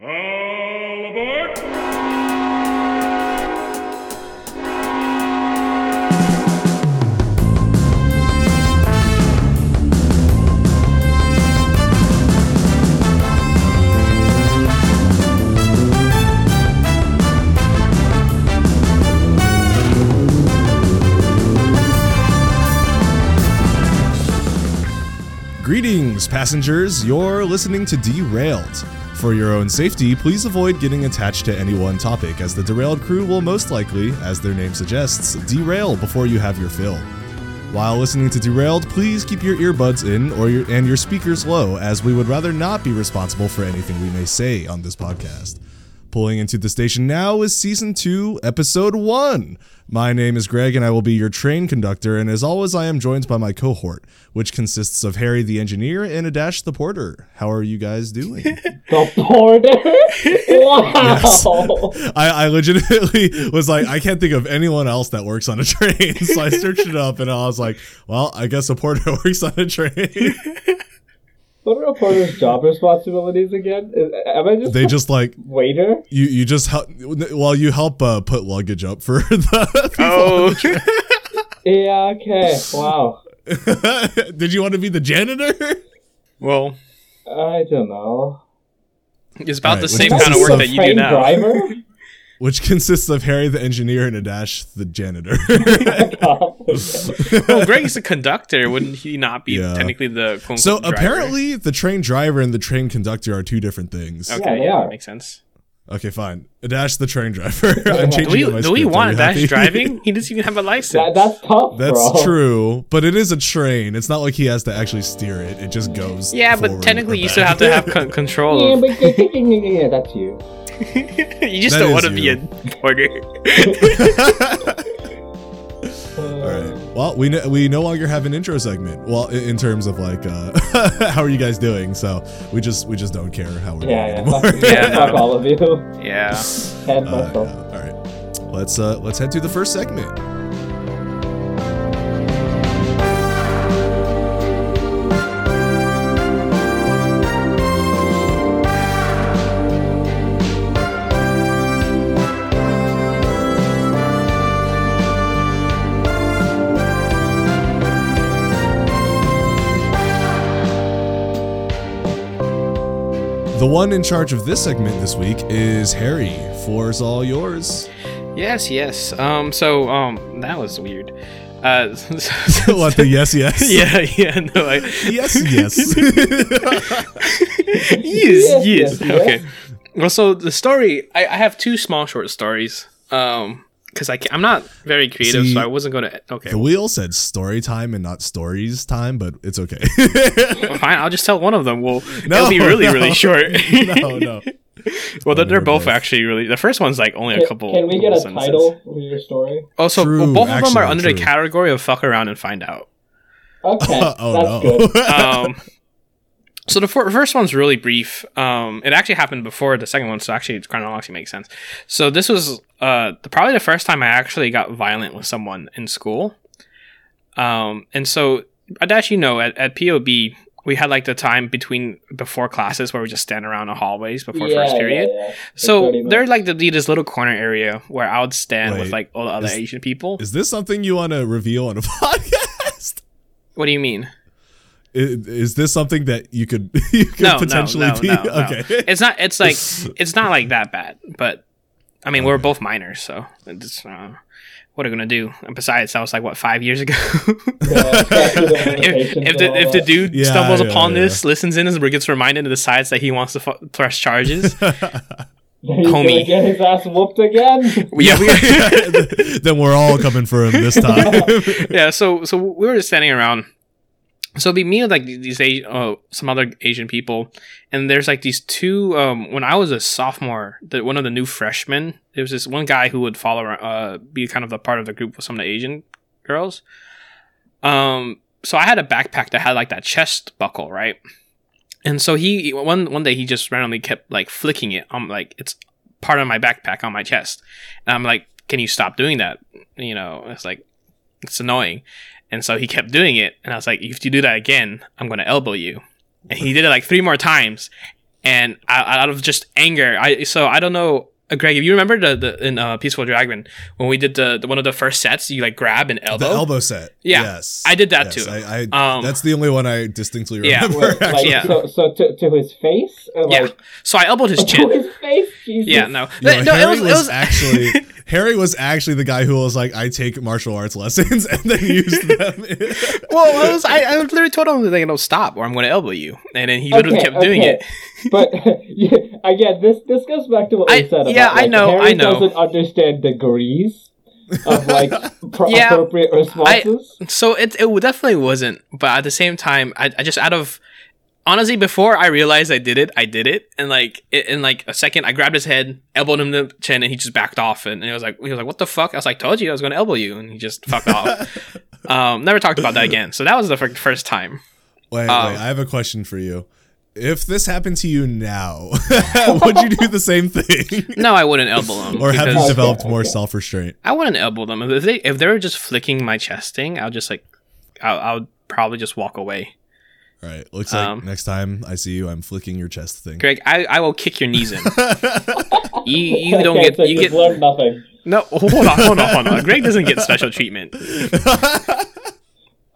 All aboard! Greetings, passengers. You're listening to Derailed. For your own safety, please avoid getting attached to any one topic, as the derailed crew will most likely, as their name suggests, derail before you have your fill. While listening to Derailed, please keep your earbuds in or your, and your speakers low, as we would rather not be responsible for anything we may say on this podcast. Pulling into the station now is season two, episode one. My name is Greg, and I will be your train conductor. And as always, I am joined by my cohort, which consists of Harry the engineer and Adash the porter. How are you guys doing? The border? wow. I, I legitimately was like, I can't think of anyone else that works on a train, so I searched it up, and I was like, well, I guess a porter works on a train. What are a porter's job responsibilities again? Is- Am I just They a just like waiter? you, you just help. Well, you help uh, put luggage up for the. Oh, Yeah, okay. Wow. Did you want to be the janitor? well, I don't know. it's about Alright, the which same is kind of work some that you do Train now. driver? Which consists of Harry the engineer and Adash the janitor. Well, Greg's a conductor. Wouldn't he not be Yeah. technically the quote, so unquote driver? apparently, the train driver and the train conductor are two different things. Okay, Okay, they yeah, are. that makes sense. fine. Adash the train driver. I'm changing Do we, up my do we script. Are want you Dash happy? driving? He doesn't even have a license. That, that's tough, That's bro. true, but it is a train. It's not like he has to actually steer it. It just goes. yeah, but forward technically or you still back. have to have con- control. Yeah, Of, but yeah, yeah, yeah, yeah, that's you. you just That don't is want to be you. a porter. All right. Well, we no, we no longer have an intro segment. Well, in, in terms of like, uh, how are you guys doing? So we just we just don't care how we're Yeah, yeah. doing Fuck, anymore. Yeah, fuck no. all of you. Yeah. And Uh, myself. yeah. All right. Let's uh let's head to the first segment. The one in charge of this segment this week is Harry. Floor's all yours. Yes, yes. Um. So, um, that was weird. Uh. what the yes yes yeah, yeah. No, I. yes yes. yes, Yes, yes. yes, Okay. Well, so the story, I, I have two small short stories. Um, because I can, I'm not very creative, See- so I wasn't gonna. Okay, the wheel said story time and not stories time, but it's okay. fine. I'll just tell one of them. Well, No, it'll be really, no. really short. no Oh, no. well, they're, they're They're both both. actually really. The first one's like only a Can- couple. Can we get couple a sentences. title for your story? Also, well, True, both of them actually, are under the true. category of fuck around and find out. Okay, oh that's no. good. Um. So the fir- first one's really brief. Um, it actually happened before the second one, so actually it chronologically makes sense. So this was uh the, probably the first time I actually got violent with someone in school. Um, and so Adash, you know, at, at POB we had like the time between before classes where we just stand around the hallways before Yeah, first yeah, period. yeah. So 30 there'd like to be this little corner area where I would stand Wait, with like all the other is- Asian people. Is this something you want to reveal on a podcast? what do you mean? I- Is, this something that you could you could potentially be? okay. It's not. It's like it's not like that bad. But I mean, we were both minors, so it's, uh, what are we gonna do? And besides, that was like what five years ago. Yeah, statute of if, if limitations and the all if the that. dude Yeah, stumbles yeah, upon yeah. this, listens in, and gets reminded and decides that he wants to fu- press charges, He's gonna homie. get his ass whooped again. yeah, we, then we're all coming for him this time. yeah. So so we were just standing around. So it'd be me and like these Asi- uh, some other Asian people, and there's like these two. Um, when I was a sophomore, the, one of the new freshmen, there was this one guy who would follow, uh, be kind of the part of the group with some of the Asian girls. Um, so I had a backpack that had like that chest buckle, right? And so he one one day he just randomly kept like flicking it. I'm like, it's part of my backpack on my chest, and I'm like, can you stop doing that? You know, it's like it's annoying. And so he kept doing it, and I was like, if you do that again, I'm gonna elbow you. And he did it like three more times, and I, out of just anger, I so I don't know, uh, Greg, if you remember the, the in uh, Peaceful Dragon when we did the, the one of the first sets, you like grab an The elbow. elbow set. Yeah, Yes. I did that too. Yes, I, I, Um, that's the only one I distinctly Yeah. remember. Wait, like, Yeah. so, so to, to his face? Or yeah, Like, so I elbowed his to chin. his face? Jesus. Yeah, no, You Th- know, no, Harry was, actually Harry was actually the guy who was like, I take martial arts lessons and then used them. well, I, was, I, I literally told him like, no, stop, or I'm going to elbow you, and then he literally Okay, kept doing okay. it. but yeah, again, this this goes back to what I- we said. About, yeah, I like, know, Harry I know. Doesn't understand degrees of like pro- Yeah, appropriate responses. So it it definitely wasn't, but at the same time, I, I just out of honestly before I realized I did it, I did it, and like it, in like a second, I grabbed his head, elbowed him in the chin, and he just backed off, and, and it was like he was like, "What the fuck?" I was like, "Told you I was going to elbow you," and he just fucked off. Um, never talked about that again. So that was the fir- first time. Wait, Um, wait, I have a question for you. If this happened to you now, would you do the same thing? No, I wouldn't elbow him. or have you because- developed more Okay. self restraint? I wouldn't elbow them if they if they were just flicking my chesting. I'll just like, I'll, I'll probably just walk away. All right. Looks like Um, next time I see you, I'm flicking your chest thing. Greg, I, I will kick your knees in. you you don't Okay, get so you you've get learned nothing. No, hold on, hold on, hold on. Greg doesn't get special treatment.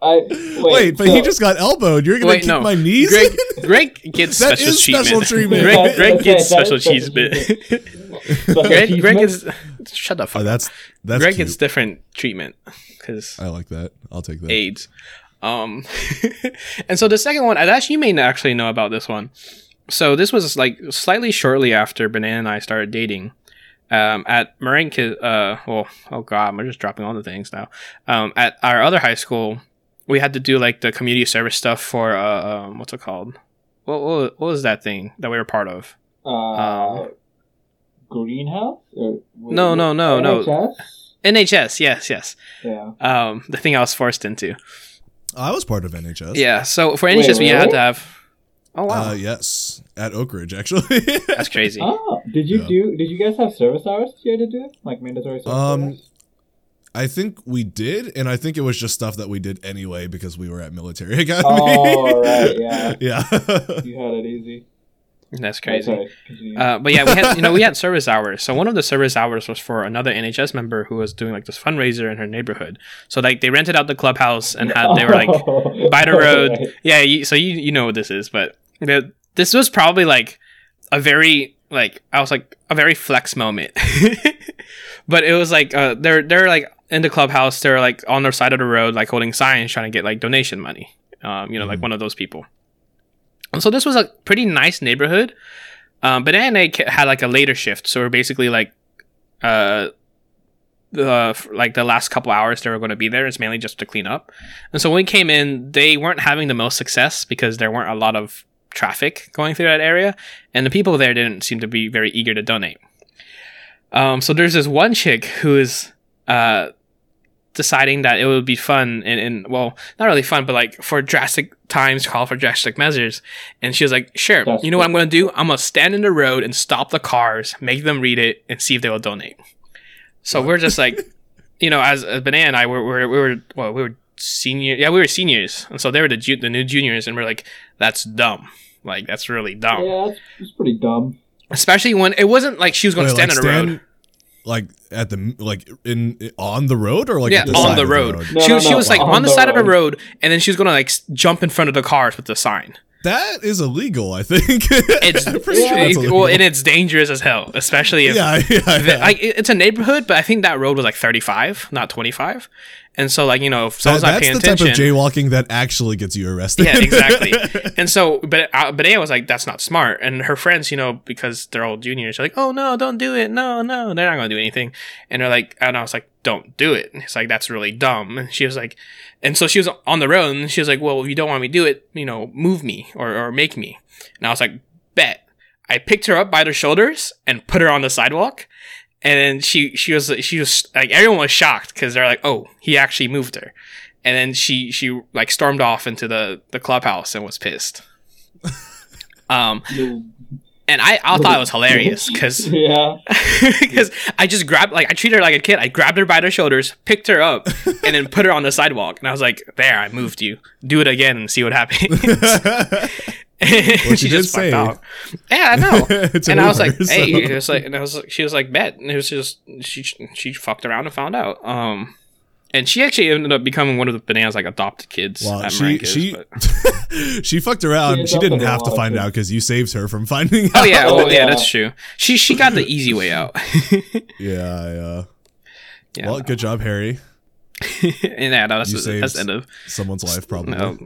I wait, wait, but so- he just got elbowed. You're gonna Wait, kick no. my knees? Greg, Greg gets That special is treatment. special treatment. Greg, Greg Okay, gets that special is special cheese bit. Special Greg, Greg achievement? is shut the fuck. oh, up. that's that's Greg cute. gets different treatment because I like that. I'll take that. AIDS. Um, and so the second one, and actually, you may not actually know about this one. So this was like slightly shortly after Banana and I started dating. Um, at Marinka, uh, well, oh god, we're just dropping all the things now. Um, at our other high school, we had to do like the community service stuff for uh, um, what's it called? What, what what was that thing that we were part of? uh, greenhouse. Or, No, no, no, no. NHS? NHS, yes, yes. Yeah. Um, the thing I was forced into. Oh, I was part of NHS. Yeah. So for Wait, NHS, we had really? to have. Oh wow, Uh, yes, at Oak Ridge actually. that's crazy. Oh, did you Yeah. do? Did you guys have service hours that you had to do? Like mandatory service Um, hours? I think we did, and I think it was just stuff that we did anyway because we were at military academy. Oh, right, yeah. yeah. You had it easy. That's Oh, crazy. sorry, continue. Uh, but yeah, we had you know we had service hours. So one of the service hours was for another NHS member who was doing like this fundraiser in her neighborhood. So like they rented out the clubhouse and had Uh, they were like by the road. Right. yeah. You, so you you know what this is, but the, this was probably like a very like I was like a very flex moment. but it was like uh, they're they're like in the clubhouse. They're like on their side of the road, like holding signs, trying to get like donation money. Um, you know, like Mhm. one of those people. And so this was a pretty nice neighborhood. Um, but Anna had like a later shift, so we're basically like, uh, the f- like the last couple hours they were going to be there. It's mainly just to clean up. And so when we came in, they weren't having the most success because there weren't a lot of traffic going through that area, and the people there didn't seem to be very eager to donate. Um, so there's this one chick who is uh, deciding that it would be fun and, and well, not really fun, but like for drastic times, call for drastic measures. And she was like, "Sure, That's you know what I'm going to do? I'm going to stand in the road and stop the cars, make them read it, and see if they will donate." So we're just like, you know, as, as Banana and I were, were we were well, we were senior, yeah, we were seniors, and so they were the ju- the new juniors, and we're like, "That's dumb." Like that's really dumb, Yeah, it's, it's pretty dumb. especially when it wasn't like she was going to stand Wait, like, in the road. like at the like in on the road or like yeah, at the on side the of road. No, she, no, she no, was like on, on the, the side of the road. road, and then she was gonna like s- jump in front of the cars with the sign. That is illegal, I think. It's I'm pretty sure that's it- illegal. well, and it's dangerous as hell, especially if yeah, yeah, if yeah. it- like, it- it's a neighborhood. But I think that road was like thirty five, not twenty five, and so like you know if That- someone's not that's paying the attention, type of jaywalking that actually gets you arrested. yeah, exactly. and so, but uh, Badea was like, "That's not smart." And her friends, you know, because they're all juniors, are like, "Oh no, don't do it! No, no, they're not gonna do anything." And they're like, and I was like, "Don't do it!" And it's like that's really dumb. And she was like, and so she was on the road, and she was like, "Well, if you don't want me to do it, you know, move me or or make me." And I was like, "Bet." I picked her up by the shoulders and put her on the sidewalk. And then she she was she was like everyone was shocked because they're like, oh, he actually moved her. And then she she like stormed off into the the clubhouse and was pissed. um, You- and I I thought it was hilarious because yeah. because I just grabbed like I treated her like a kid. I grabbed her by the shoulders, picked her up, and then put her on the sidewalk. And I was like, there, I moved you. Do it again and see what happens. she, she did just say. fucked out. Yeah, I know. It's and I was over, like, hey, so- it was like, and I was like, she was like, bet. And it was just she she fucked around and found out. Um, and she actually ended up becoming one of the bananas like adopted kids. Well, at she Maranka's, she but- she fucked around. She She didn't adopted a have to lot of find kids. out because you saved her from finding Oh out. yeah, Oh, well, yeah, yeah. that's true. She she got the easy way out. Yeah, yeah. Oh, yeah, Well, good job, Harry. and yeah, no, that's you that's the end saved- of. Someone's life, probably. No.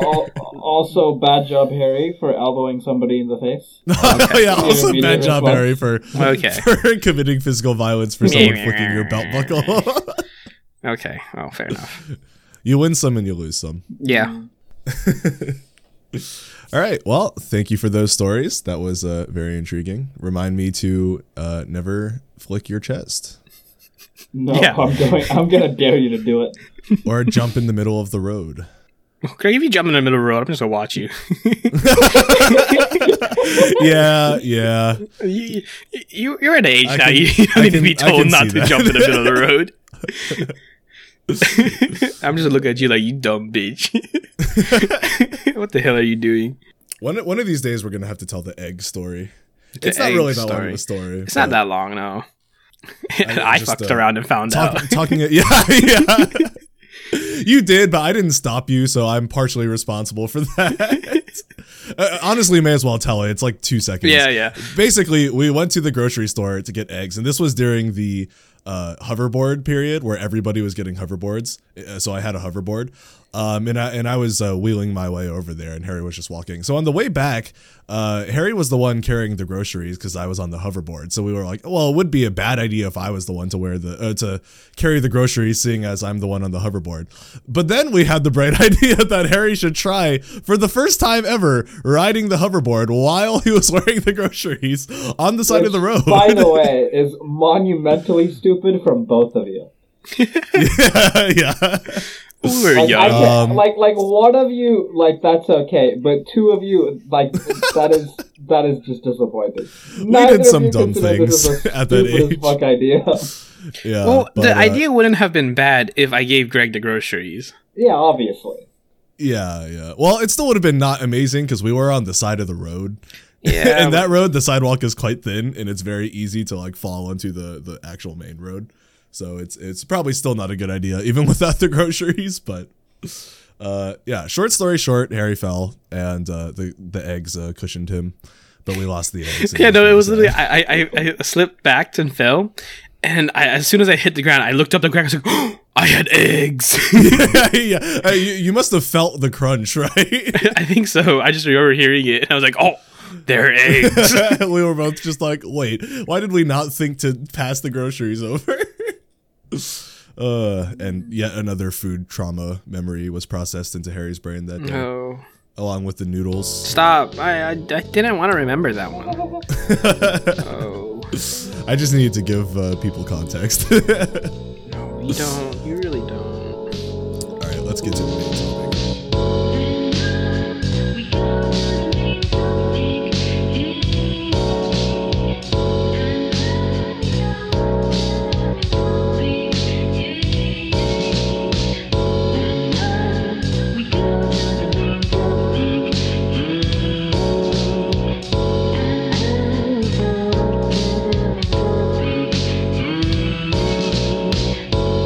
Al- also, bad job, Harry, for elbowing somebody in the face. Oh, yeah, also Yeah, bad yeah, job, yeah. Harry, for, Okay. for committing physical violence for someone flicking your belt buckle. Okay, oh, fair enough. you win some and you lose some. Yeah, All right. Well, thank you for those stories. That was uh, very intriguing. Remind me to uh, never flick your chest No, Yeah. I'm going. I'm gonna dare you to do it. or jump in the middle of the road. Craig, if you jump in the middle of the road, I'm just gonna watch you. Yeah, yeah. you, you you're at an age I now. can- you you don't I need to can- be I told can not see to that. jump in the middle of the road. I'm just looking at you like you dumb bitch. what the hell are you doing? One one of these days, we're gonna have to tell the egg story. The it's not egg really that long of story. a story. It's not that long, no. I, Uh, just, fucked uh, around and found Talk, out. talking it, yeah, yeah. you did, but I didn't stop you, so I'm partially responsible for that. uh, honestly, may as well tell it. It's like two seconds. Yeah, yeah. Basically, we went to the grocery store to get eggs, and this was during the uh, hoverboard period where everybody was getting hoverboards. Uh, So I had a hoverboard, um, and I and I was uh, wheeling my way over there, and Harry was just walking. So on the way back, uh, Harry was the one carrying the groceries because I was on the hoverboard. So we were like, well, it would be a bad idea if I was the one to wear the uh, to carry the groceries, seeing as I'm the one on the hoverboard. But then we had the bright idea that Harry should try for the first time ever riding the hoverboard while he was wearing the groceries on the side of the road. By the way, is monumentally stupid from both of you. yeah, yeah. We were Like, I young. can't, Um, like, like one of you, like that's okay, but two of you, like that is that is just disappointing. Neither of some you dumb consider this things as a at that stupid as age. Fuck idea. yeah Well, but, the uh, idea wouldn't have been bad if I gave Greg the groceries. yeah, obviously. Yeah, yeah. Well, it still would have been not amazing because we were on the side of the road. Yeah, and that road, the sidewalk is quite thin, and it's very easy to like fall onto the the actual main road. So it's it's probably still not a good idea, even without the groceries. But uh, yeah. Short story short, Harry fell, and uh, the the eggs uh, cushioned him, but we lost the eggs. Yeah, no, it was So- literally I, I, I- I slipped back and fell, and I, as soon as I hit the ground, I looked up the ground. I was like, "Oh, I had eggs. yeah, uh, you, you must have felt the crunch, right? I think so. I just remember hearing it, and I was like, oh, they're eggs. we were both just like, wait, why did we not think to pass the groceries over? uh, and yet another food trauma memory was processed into Harry's brain that day, no, along with the noodles. Oh, stop! I, I, I didn't want to remember that one. Oh, I just needed to give uh, people context. All right, you don't. You really don't. let's get to the main topic.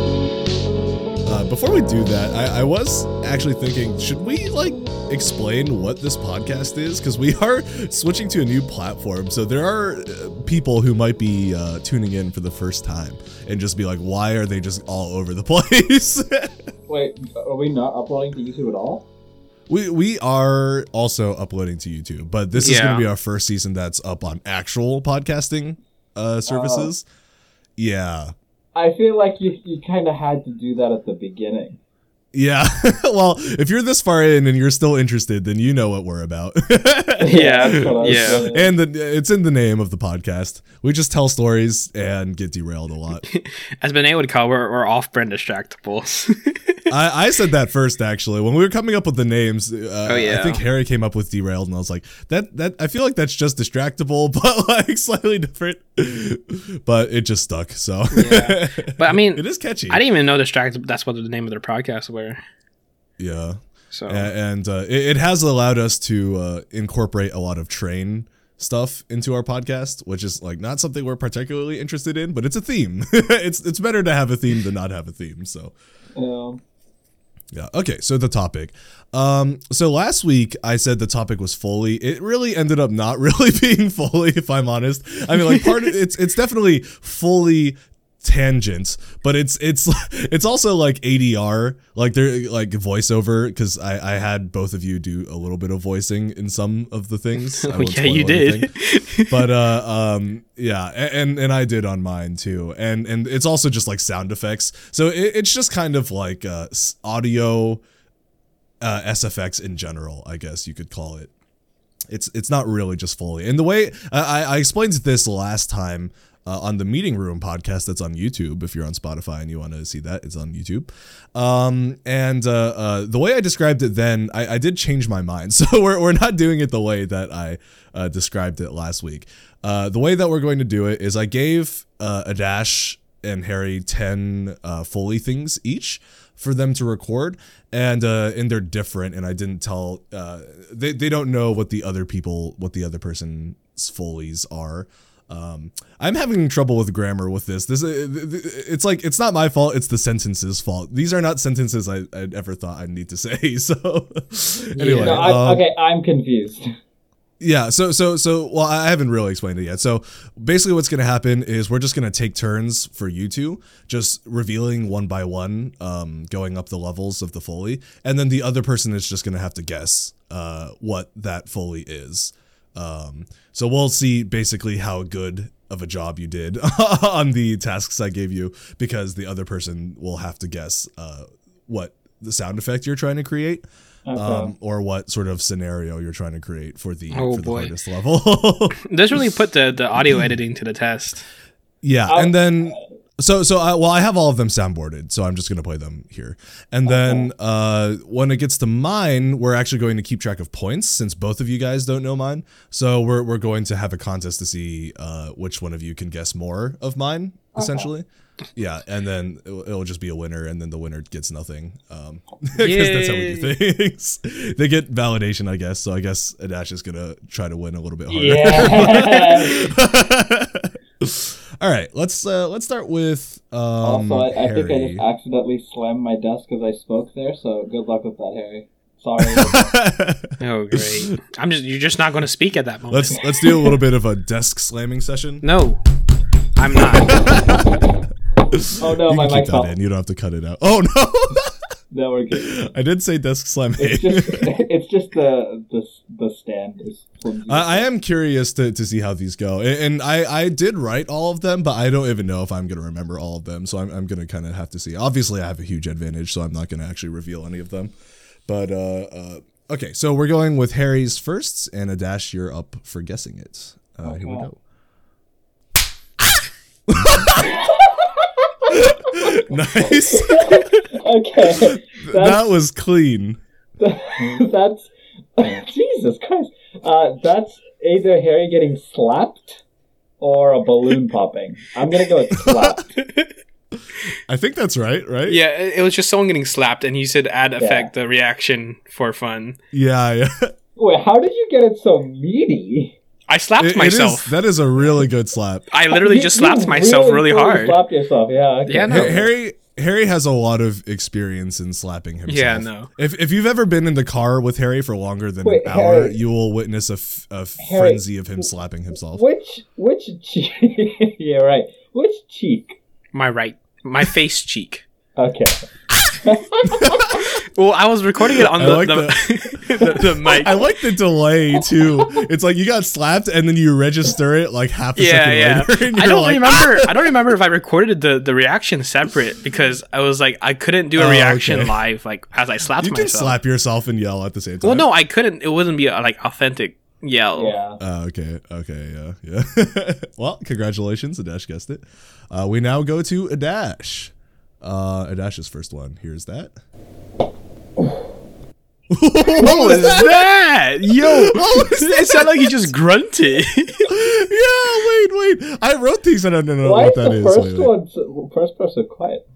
Uh, before we do that, I, I was actually thinking, should we like explain what this podcast is? Because we are switching to a new platform, so there are uh, people who might be uh, tuning in for the first time and just be like, "Why are they just all over the place?" Wait, are we not uploading to YouTube at all? we we are also uploading to YouTube, but this is going Yeah. to be our first season that's up on actual podcasting uh, services. yeah, I feel like you you kind of had to do that at the beginning. yeah. well, if you're this far in and you're still interested, then you know what we're about. Yeah, that's what I was yeah. saying. and the, it's in the name of the podcast. We just tell stories and get derailed a lot. As Benet would call, we're, we're off-brand distractables. I, I said that first, actually, when we were coming up with the names. Uh, Oh, yeah. I think Harry came up with derailed, and I was like, that that I feel like that's just distractable, but like slightly different. but it just stuck. So Yeah. But I mean, it is catchy. I didn't even know distract. That's what the name of their podcast were. yeah. So A- and uh, it, it has allowed us to uh, incorporate a lot of train stuff into our podcast, which is like not something we're particularly interested in, but it's a theme. it's it's better to have a theme than not have a theme. So Yeah. yeah. Okay. So the topic. Um, so last week I said the topic was Foley. It really ended up not really being Foley, if I'm honest. I mean, like part of it's it's definitely Foley tangent, but it's it's it's also like ADR, like they're like voiceover, because I I had both of you do a little bit of voicing in some of the things. I Oh, won't yeah, spoil you did. but uh um yeah a- and and i did on mine too and and it's also just like sound effects so it, it's just kind of like uh s- audio uh sfx in general i guess you could call it it's it's not really just fully and the way i i I explained this last time uh, on the meeting room podcast that's on youtube if you're on spotify and you want to see that it's on youtube um and uh, uh the way i described it then i, I did change my mind so we're, we're not doing it the way that i uh, described it last week uh the way that we're going to do it is i gave uh adash and harry 10 uh foley things each for them to record and uh and they're different and i didn't tell uh they, they don't know what the other people what the other person's folies are um i'm having trouble with grammar with this this uh, th- th- it's like it's not my fault it's the sentences fault these are not sentences i, I ever thought i'd need to say so anyway No, I, um, okay, I'm confused. yeah, so so so well I haven't really explained it yet. So basically what's going to happen is we're just going to take turns for you two just revealing one by one um going up the levels of the foley and then the other person is just going to have to guess uh what that foley is. Um so we'll see basically how good of a job you did on the tasks I gave you because the other person will have to guess uh what the sound effect you're trying to create Okay. um, or what sort of scenario you're trying to create for the, Oh, for the boy. hardest level. this really put the, the audio editing to the test. yeah, I'll- and then so so I, well, I have all of them soundboarded, so I'm just gonna play them here. And then uh, when it gets to mine, we're actually going to keep track of points since both of you guys don't know mine. So we're we're going to have a contest to see uh, which one of you can guess more of mine, essentially. Yeah, and then it'll, it'll just be a winner, and then the winner gets nothing. Um, because that's how we do Yay. things. they get validation, I guess. So I guess Adash is gonna try to win a little bit harder. Yeah. All right, let's uh, let's start with um, also, I, I think I Harry. just accidentally slammed my desk as I spoke there, so good luck with that, Harry. Sorry. Oh great! I'm just you're just not going to speak at that moment. let's let's do a little bit of a desk slamming session. no, I'm not. oh no, you my can mic keep fell. that in. You don't have to cut it out. Oh no! No, we're good. I did say desk slamming. It's just, it's just the, the the stand is flimsy. I, I am curious to, to see how these go, and, and I, I did write all of them, but I don't even know if I'm gonna remember all of them, so I'm, I'm gonna kind of have to see. Obviously, I have a huge advantage, so I'm not gonna actually reveal any of them. But uh, uh okay, so we're going with Harry's first, and a dash. You're up for guessing it. Oh, Uh, Here we Okay. go. nice. okay, that's, that was clean. that's Jesus Christ. Uh, that's either Harry getting slapped or a balloon popping. I'm gonna go with slapped. I think that's right, right? yeah, it, it was just someone getting slapped, and you said add effect the reaction for fun. Yeah. yeah. Wait, how did you get it so meaty? I slapped It- it is- myself. that is a really good slap. I literally You- just you slapped myself really, hard. Slapped yourself, yeah. Okay. Yeah, no. Ha- Harry Harry has a lot of experience in slapping himself. Yeah, no. If, if you've ever been in the car with Harry for longer than Wait, an hour, Harry. you will witness a, f- a Harry. frenzy of him slapping himself. Which which cheek? yeah, right. Which cheek? My right, my face cheek. Okay. Well, I was recording it on I the, like the, the, the mic. I like the delay too. It's like you got slapped and then you register it like half a yeah, second yeah. later. and I you're don't like, "Ah!" remember. I don't remember if I recorded the the reaction separate because I was like I couldn't do Oh, a okay. reaction live like as I slapped You can myself. slap yourself and yell at the same time. Well, no, I couldn't. It wouldn't be a, like authentic yell. Yeah. Oh, okay. Okay. Yeah. Yeah. well, congratulations. Adash guessed it. Uh, we now go to Adash. Uh, Adash's first one. Here's that. what What was that? Yo, What was it sounded like he just grunted. yeah. Wait. Wait. I wrote these and I don't know Why is what that the is. first Wait, wait. one so, first person quiet?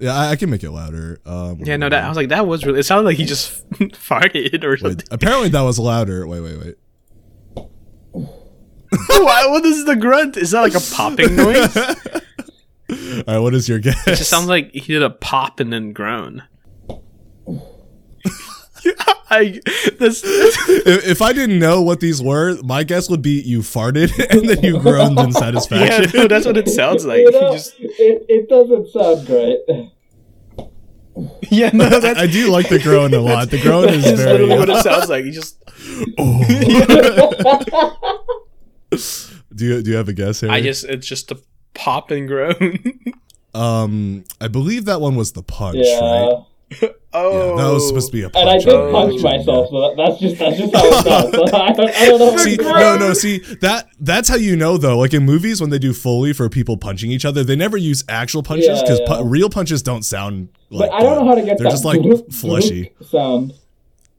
Yeah, I, I can make it louder. Um, Yeah, no, that I was like, that was really. It sounded like he just farted or Wait, something. apparently that was louder. Wait, wait, wait. Why? What is the grunt? Is that like a popping noise? It All right, what is your guess? just sounds like he did a pop and then groan. I this if, if I didn't know what these were, my guess would be you farted and then you groaned in yeah, satisfaction. no, that's what it sounds like. You He know, just, it, it doesn't sound great. yeah, no, that's, I do like the groan a lot. The groan is that's very. oh. literally what it sounds like. He just do you do you have a guess here? I just it's just a pop and groan. um, I believe that one was the punch, Yeah. right? Yeah, oh, that was supposed to be a punch. Oh, And I did right? punch myself, but that's just that's just how it sounds. I don't, I don't know. See, if it's no, no. See that that's how you know though. Like in movies, when they do Foley for people punching each other, they never use actual punches Yeah, because yeah. pu- real punches don't sound. But Like I don't know how to get They're that just like bloop, fleshy. bloop sound.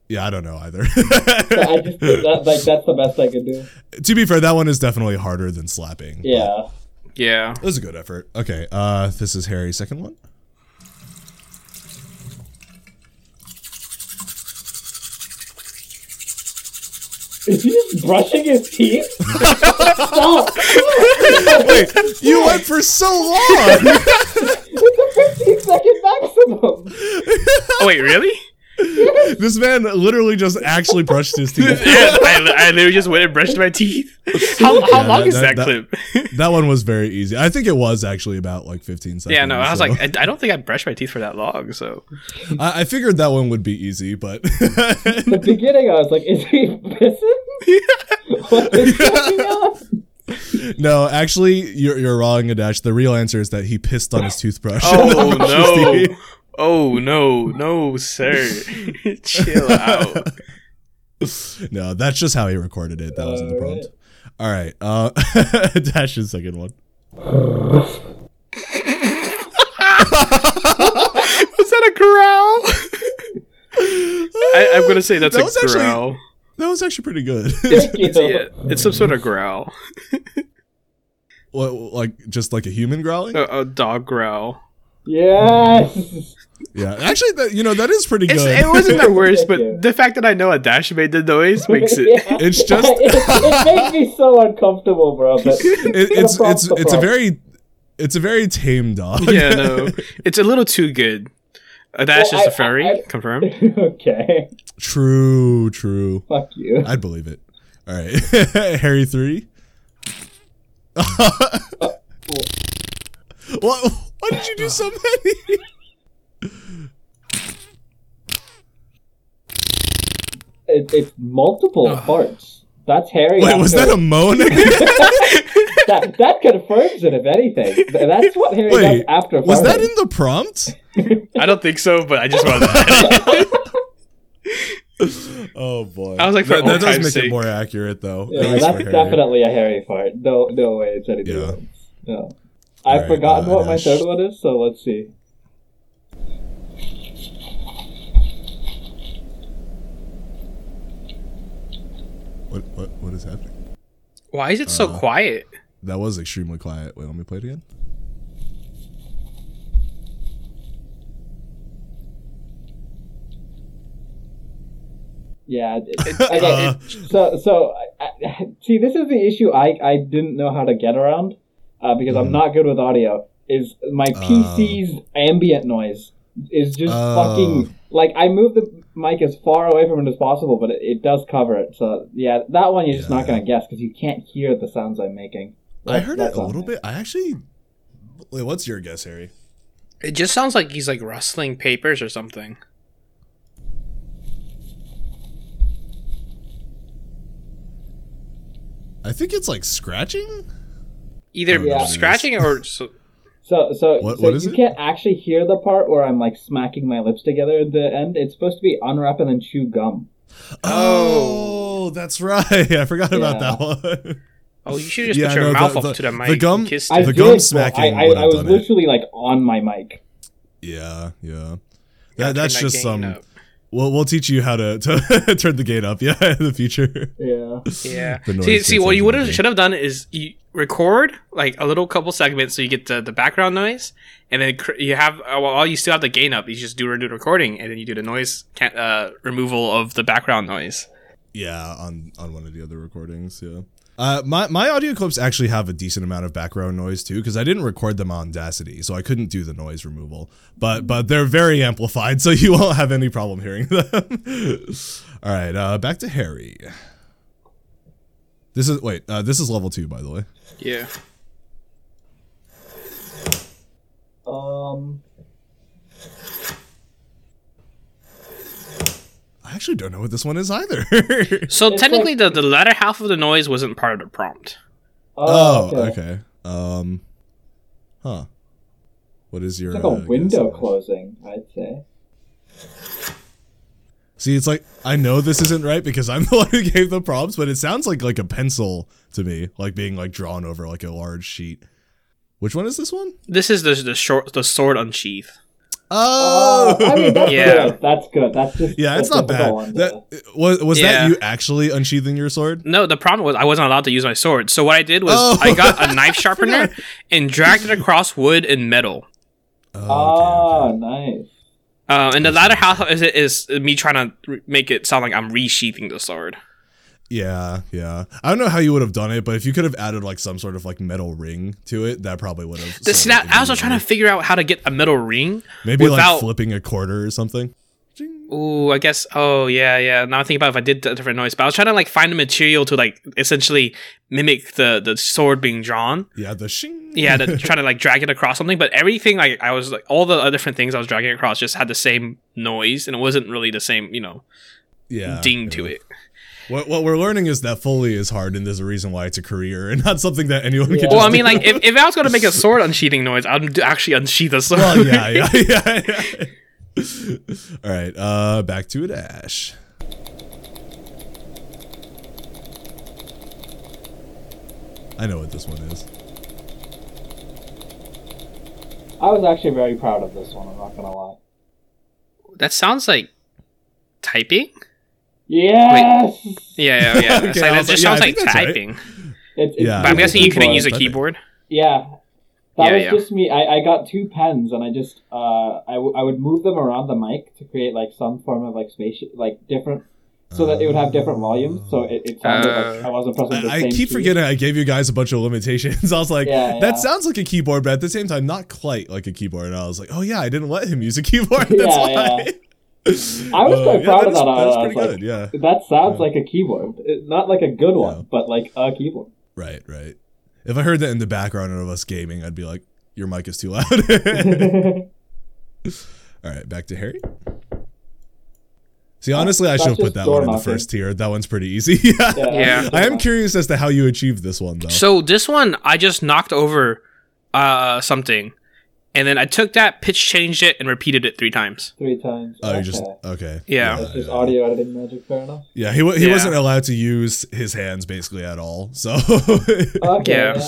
Yeah, I don't know either. I just that, like that's the best I could do. to be fair, that one is definitely harder than slapping. Yeah. yeah. It was a good effort. Okay, uh, this is Harry's second one. Is he just brushing his teeth? Stop! Wait, you went for so long. It's a 15 second maximum. Oh wait, really? this man literally just actually brushed his teeth. Yeah, I, I literally just went and brushed my teeth. How, how Yeah, long that- is that, that- clip? That one was very easy. I think it was actually about like 15 seconds. yeah, no, I was so like, I, I don't think I brushed my teeth for that long. So I, I figured that one would be easy, but The beginning, I was like, is he pissing? what is going on? no, actually, you're, you're wrong, Adash. The real answer is that he pissed on his toothbrush. Oh no! Oh no! No, sir! Chill out. no, that's just how he recorded it. That wasn't the prompt. Alright. All right, uh, Adash's second one. Was that a growl? I, I'm gonna say that's That a was actually- growl. That was actually pretty good. Thank you. Yeah, it's some sort of growl. What, like just like a human growling? A, a dog growl. Yes. Yeah, actually, that you know that is pretty It's, good. it wasn't the worst, Thank you. but the fact that I know a dash made the noise makes it. Yeah. It's just- it, it made me so uncomfortable, bro. But It- it's Prompt it's the it's a prompt. very it's a very tame dog. Yeah, no, it's a little too good. A dash Well, is I- a furry. I- confirmed. okay, True, true. fuck you. I'd believe it. All right, Harry three. Oh, what? Why did you do so many? It, it's multiple parts. That's Harry. Wait, was that after- a moan? again? that, that confirms it, if anything. Th- That's what Harry Wait, does after. was that farting. in the prompt? I don't think so, but I just wanted to. Oh boy, I was like, for that, that old does time's make it sake. more accurate though. Yeah, at least for that's Harry. definitely a Harry fart. No, no way, it's anything Yeah. else. No, All I've right, forgotten uh, what my Ash. third one is, so let's see. What, what what is happening? Why is it Uh-huh. so quiet? That was extremely quiet. Wait, let me play it again. Yeah. it- Uh, okay, so, so I, I, see, this is the issue. I I didn't know how to get around uh, because Mm-hmm. I'm not good with audio. Is my PC's ambient noise is just Oh. fucking like I move the mic as far away from it as possible, but it, it does cover it. So yeah, that one you're just not Yeah. gonna guess because you can't hear the sounds I'm making. I That- heard it that's a on little me. bit. I actually. Wait, what's your guess, Harry? It just sounds like he's like rustling papers or something. I think it's like scratching. Either Yeah. scratching or s- So, so, What- so what is you it? can't actually hear the part where I'm like smacking my lips together at the end. It's supposed to be unwrap and then chew gum. Oh, that's right. I forgot about Yeah. that one. oh, you should just Yeah, put your no, mouth the- up the- to the the mic. gum- and kiss I it. The did, gum well, smacking I, I, would I have was done it. literally like on my mic. yeah, yeah. Gotta That, that's turn just gain some. up. We'll we'll teach you how to, to turn the gate up. Yeah, in the future. Yeah. Yeah. The noise See, see, gets what you into would the have game. should have done is you record like a little couple segments so you get the, the background noise and then cr- you have uh, well you still have the gain up you just do do recording and then you do the noise can- uh, removal of the background noise Yeah, on on one of the other recordings. Yeah. Uh, my, my audio clips actually have a decent amount of background noise too because I didn't record them on Audacity, so I couldn't do the noise removal. But but they're very amplified, so you won't have any problem hearing them. All right, uh, back to Harry. This is wait. Uh, this is level two, by the way. yeah Um, I actually don't know what this one is either. so It's technically the, the latter half of the noise wasn't part of the prompt oh, oh, okay. Um, huh. What is your It's like uh, a guess? window closing, I'd say. See, it's like I know this isn't right because I'm the one who gave the prompts, but it sounds like like a pencil to me, like being like drawn over like a large sheet. Which one is this one? this is the, the short the sword unsheath Oh, I mean, that's Yeah. good. That's good. That's just yeah, it's a not difficult bad. one to- That was was Yeah. that you actually unsheathing your sword? no the problem was i wasn't allowed to use my sword so what i did was Oh. i got a knife sharpener and dragged it across wood and metal Ah, oh, okay, okay. nice. uh, and the latter half is, is me trying to re- make it sound like i'm resheathing the sword Yeah, yeah. I don't know how you would have done it, but if you could have added like some sort of like metal ring to it, that probably would have. This, sold it that, I was also trying immediately. to figure out how to get a metal ring. maybe without- like flipping a quarter or something. Jing. Ooh, I guess. Oh, yeah, yeah. Now I think about if I did a different noise, but I was trying to like find a material to like essentially mimic the the sword being drawn. Yeah, the shing. Yeah, to try to like drag it across something. But everything like I was like all the other different things I was dragging across just had the same noise, and it wasn't really the same, you know, yeah, ding yeah. to it. What, what we're learning is that Foley is hard, and there's a reason why it's a career and not something that anyone Yeah. can. Well, just I mean, do. like if, if I was gonna make a sword unsheathing noise, I'd d- actually unsheath a sword. well, yeah, yeah, yeah. yeah. All right, uh, back to it, Ash. I know what this one is. I was actually very proud of this one. I'm not gonna lie. That sounds like typing. Yes. Yeah, yeah, yeah. Okay, It's I like, that was like, just yeah, I sounds like think that's right. typing. It's, it's Yeah. But I'm guessing you couldn't Well, use a typing. keyboard. Oh. Yeah. That Yeah, was yeah. just me. I, I got two pens and I just uh I, w- I would move them around the mic to create like some form of like space like different so that it would have different volumes so it, it sounded like Uh, I wasn't pressing the I, I same keep key. forgetting I gave you guys a bunch of limitations. I was like, Yeah, yeah. that sounds like a keyboard, but at the same time, not quite like a keyboard. And I was like, oh yeah, I didn't let him use a keyboard. That's Yeah, why. I was Uh, quite yeah, proud of is- that. I That was I pretty was good. Yeah. like, That sounds like a keyboard. It, not like a good one, Yeah. but like a keyboard. Right, right. If I heard that in the background of us gaming, I'd be like, your mic is too loud. All right, back to Harry. See, honestly, I That's should have just put that one in the door first tier. That one's pretty easy. yeah. Yeah. I am curious as to how you achieved this one, though. So this one, I just knocked over uh, something, and then I took that pitch, changed it, and repeated it three times. Three times. oh, you just Okay. okay. Yeah. yeah, That's just yeah. audio editing magic, fair enough. Yeah, he wa- he Yeah. wasn't allowed to use his hands basically at all. So Okay. Yeah. yeah.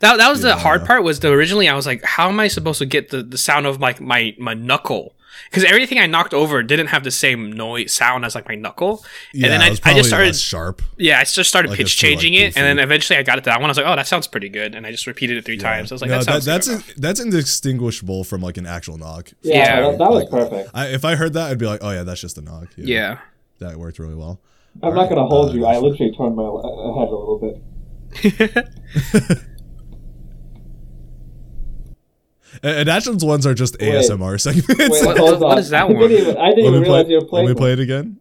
That, that was the Yeah. hard part. Was the originally I was like, how am I supposed to get the, the sound of like my my knuckle? Because everything I knocked over didn't have the same noise sound as like my knuckle. yeah, and then it I, was I probably just started less sharp. yeah I just started like, pitch it's too, like, changing it, and then goofy. eventually I got it to that one. I was like, oh, that sounds pretty good, and I just repeated it three times. I was like, No, that that, sounds that's good enough. that's indistinguishable from like an actual knock. Yeah, Yeah. That, that was Like, perfect. I, if I heard that, I'd be like, oh yeah, that's just a knock. yeah. that worked really well. I'm not gonna hold you. I literally turned my uh, head a little bit. And Ashton's ones are just Wait. ASMR segments. What- hold what on. is that I didn't one? even- I didn't let me, even play, realize you were let playing. me play it again.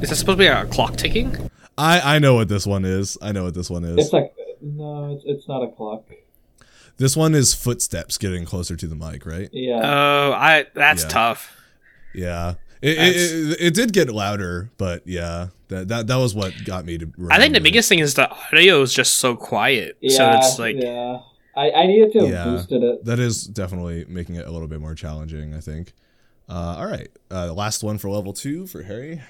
Is that supposed to be a clock ticking? I, I know what this one is. I know what this one is. It's like no, it's, it's not a clock. this one is footsteps getting closer to the mic, right? Oh, Yeah. I that's Yeah. tough. Yeah. It, it, it, it did get louder, but yeah, that that, that was what got me to. Remember. I think the biggest thing is the audio is just so quiet. so yeah. it's like yeah. I, I needed to have Yeah. boosted it. That is definitely making it a little bit more challenging, I think. Uh, all right. Uh, last one for level two for Harry.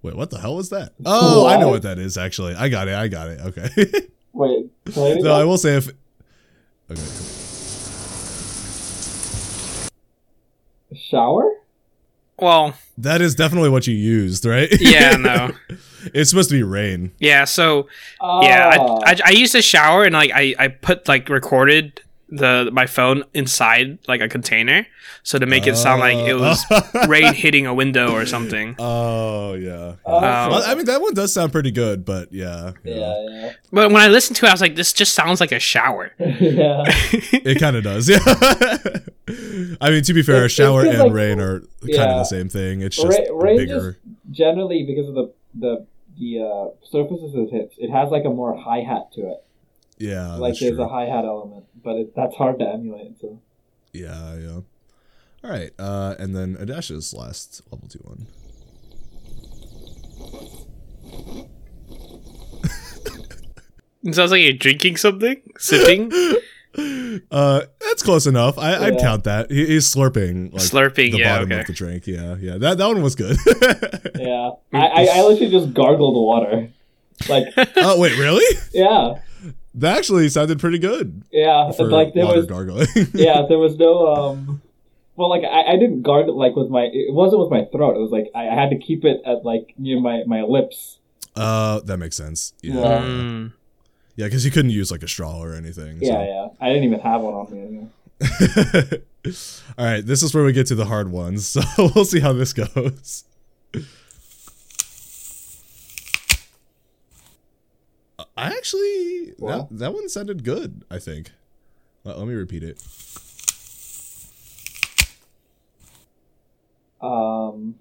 Wait, what the hell was that? Oh, I know what that is, actually. I got it. I got it. Okay. Wait, play it No, I again? will say if. Okay. shower? Well, That is definitely what you used, right? yeah, no, it's supposed to be rain. yeah. So Oh. yeah, I, I, I used to shower and like I, I put like recorded the my phone inside like a container, so to make it sound like it was rain hitting a window or something. oh yeah. um, Oh. Well, I mean that one does sound pretty good, but yeah, yeah. yeah, But when I listened to it, I was like, this just sounds like a shower. yeah. yeah. it kind of does. Yeah. I mean, to be fair, It's- it's shower just and like- rain are kind yeah. of the same thing. It's Ra- just rain bigger. just generally because of the the the uh, surfaces it hits, it has like a more hi hat to it. yeah. like Oh, that's there's true. a hi hat element, but it, that's hard to emulate. So Yeah, yeah. All right, uh, and then Adash's last level two one. It sounds like you're drinking something, sipping, Uh, that's close enough. I, I'd Yeah. count that. He, he's slurping, like slurping. the Yeah, bottom okay. of the drink. Yeah, yeah. That that one was good. yeah, I, I I literally just gargled water. Like oh wait, really? yeah, That actually sounded pretty good yeah. for like there water was gargling. yeah, there was no um. Well, like I, I didn't gargle like with my. It wasn't with my throat. It was like I, I had to keep it at like near my my lips. Uh, that makes sense. Yeah, Yeah. Mm. yeah, because you couldn't use like a straw or anything. Yeah, yeah. I didn't even have one on me. Anymore. so. All right, this is where we get to the hard ones. So we'll see how this goes. I actually that, Wow. that one sounded good. I think. Let, let me repeat it. Um,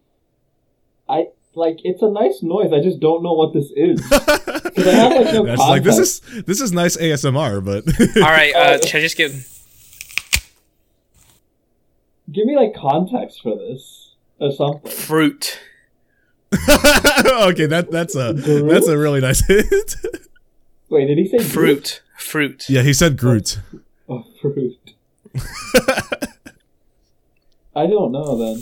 I like it's a nice noise. I just don't know what this is. 'Cause I have like no That's like this context. is this is nice ASMR, but All right, uh, should I just get? Give me like context for this or something. fruit. okay, that that's a that's a really nice hint. Wait, did he say Groot? Fruit. Fruit. yeah, he said Groot. Oh, fruit. I don't know then.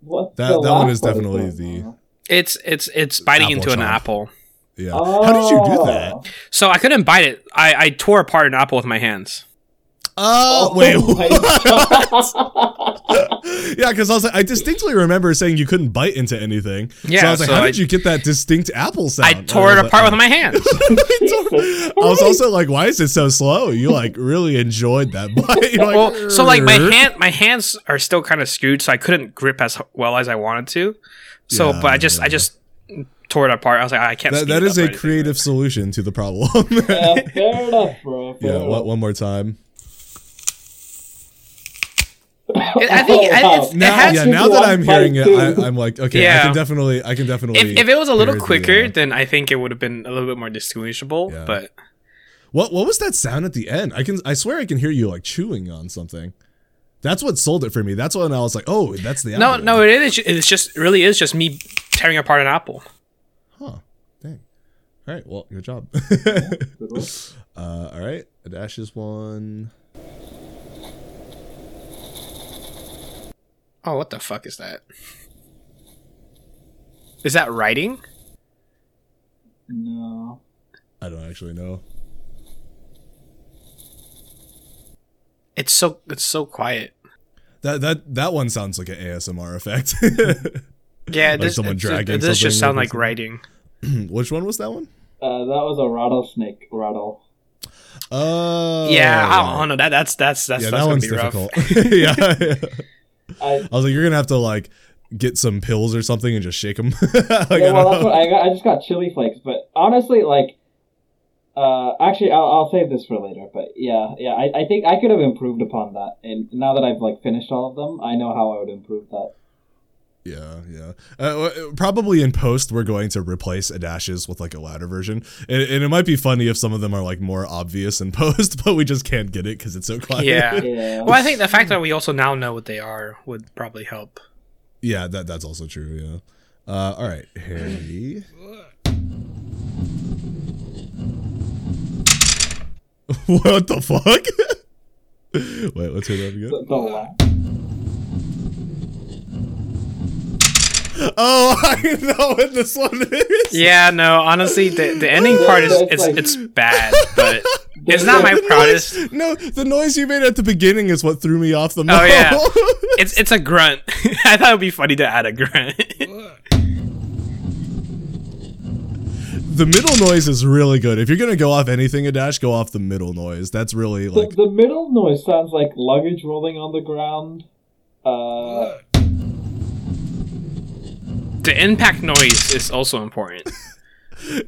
What? That- the that one last is definitely going the- on? It's it's it's biting Apple into an chomp. apple. Yeah. How did you do that? Oh. So I couldn't bite it. I, I tore apart an apple with my hands. Oh, Oh wait. my God. yeah, because I was like, I distinctly remember saying you couldn't bite into anything. so I Yeah, was like, so how I- did you get that distinct apple sound? I tore it apart with my hands. I was also like, why is it so slow? You like really enjoyed that bite. You're like, uh, well, so like my "Grr." hand my hands are still kind of screwed, so I couldn't grip as well as I wanted to. So, but I just I Yeah. just tore it apart. I was like, I can't. That, speed that it is up or a anything. creative solution to the problem. yeah, fair enough, bro. Fair yeah, enough. one, one more time. It- I think Oh, I- wow. it's- it Now, has. yeah, to now be that one I'm bite hearing it, too. I, I'm like, okay, I Yeah. can definitely, I can definitely. If, if it was a little hear the, quicker, uh, then I think it would have been a little bit more distinguishable. Yeah. But What what was that sound at the end? I can I swear I can hear you like chewing on something. That's what sold it for me. That's when I was like, oh, that's the no, apple. no, it is. It's just really is just me tearing apart an apple. Huh. Dang. All right. Well, good job. Good one. uh, all right. Dash is one. Oh, what the fuck is that? Is that writing? No. I don't actually know. It's so it's so quiet. That that that one sounds like an ASMR effect. Yeah, this, someone it- dragging it does something just sound over like something. writing. Which one was that one? Uh, that was a rattlesnake rattle. Oh. yeah, I don't know. That that's that's that's, yeah, that's that gonna one's be rough. difficult. yeah. I, I was like, you're gonna have to like get some pills or something and just shake them. like, I yeah, well, don't that's know. what I got. I just got chili flakes, but honestly, like, uh, actually, I'll, I'll save this for later. But yeah, yeah, I, I think I could have improved upon that. And now that I've like finished all of them, I know how I would improve that. Yeah, yeah. Uh, w- probably in post, we're going to replace Adashes with like a louder version, and, and it might be funny if some of them are like more obvious in post, but we just can't get it because it's so quiet. Yeah. Yeah. Well, I think the fact that we also now know what they are would probably help. yeah. That that's also true. Yeah. Uh, all right, Harry. what the fuck? Wait, let's hear that again. The, the laugh. Oh, I know what this one is. Yeah, no, honestly, the, the ending part is That's it's like- it's bad, but It's not my The proudest. noise- no, the noise you made at the beginning is what threw me off the most. Oh, yeah. It's it's a grunt. I thought it'd be funny to add a grunt. the middle noise is really good. If you're gonna go off anything, a dash, go off the middle noise. That's really The, like the middle noise sounds like luggage rolling on the ground. Uh, the impact noise is also important.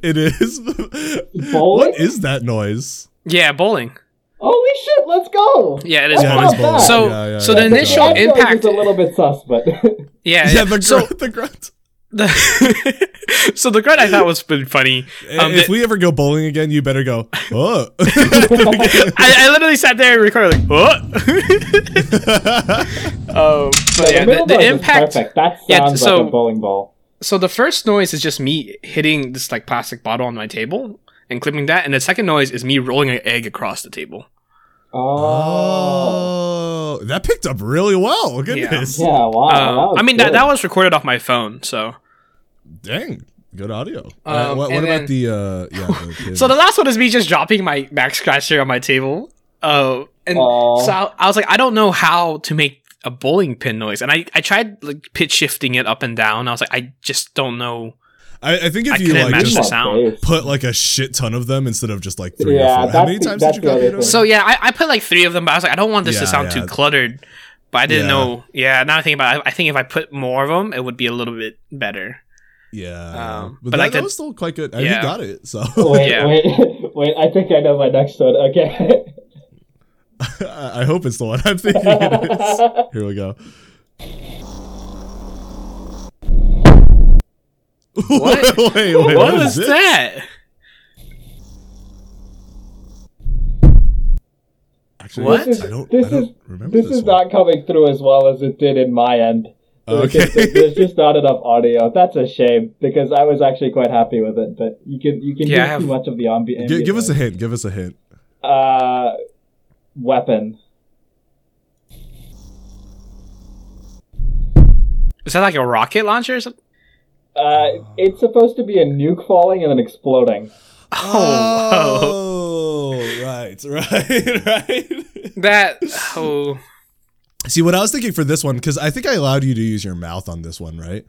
it is. bowling? what is that noise? Yeah, bowling. Holy shit, let's go! Yeah, it is Yeah, it bowling. is bowling. So Oh, Yeah, yeah, so yeah. the That's initial The ground noise is impact a little bit sus, but Yeah, Yeah, yeah. the grunt. so the grunt. the so the grunt I thought was pretty funny. Um, if the- we ever go bowling again, you better go. Oh. I, I literally sat there and recorded like what? um, but yeah, the middle the, the noise impact. is perfect. That sounds yeah, so- like a bowling ball. So the first noise is just me hitting this like plastic bottle on my table and clipping that, and the second noise is me rolling an egg across the table. Oh, oh, that picked up really well. Goodness, yeah, wow. Oh, that Um, was I mean good. that that was recorded off my phone, so dang, good audio. uh, Um, what what and about then- the? Uh, yeah, the kid? So the last one is me just dropping my back scratcher on my table. Uh, and Aw. so I, I was like, I don't know how to make a bowling pin noise, and I, I tried like pitch shifting it up and down. I was like, I just don't know. I, I think if I you couldn't like imagine just the sound. Bass. put like a shit ton of them instead of just like three Yeah, or four. How that's many the- times did that's you the copy other it over? thing. So yeah, I, I put like three of them, but I was like, I don't want this Yeah, to sound yeah. too cluttered. But I didn't Yeah. know. Yeah, now I think about. It, I I think if I put more of them, it would be a little bit better. yeah, Um, but but, that, like that the- was still quite good. I Yeah. you got it. So Wait, Yeah. wait, wait! I think I know my next one. Okay. I I hope it's the one I'm thinking. It is. Here we go. What? wait, wait, what, what is was this? that? Actually, What? I don't, This I don't is- remember this this, is one. not coming through as well as it did in my end. There's Okay. just- There's just not enough audio. That's a shame because I was actually quite happy with it, but you can you can Yeah, hear I have- too much of the ambi- Gi- ambient. give us a hint. Give us a hint. a uh, weapon. Is that like a rocket launcher or something? Uh, it's supposed to be a nuke falling and then exploding. Oh, Oh, right, right, right. that. Oh, See, what I was thinking for this one, because I think I allowed you to use your mouth on this one, right?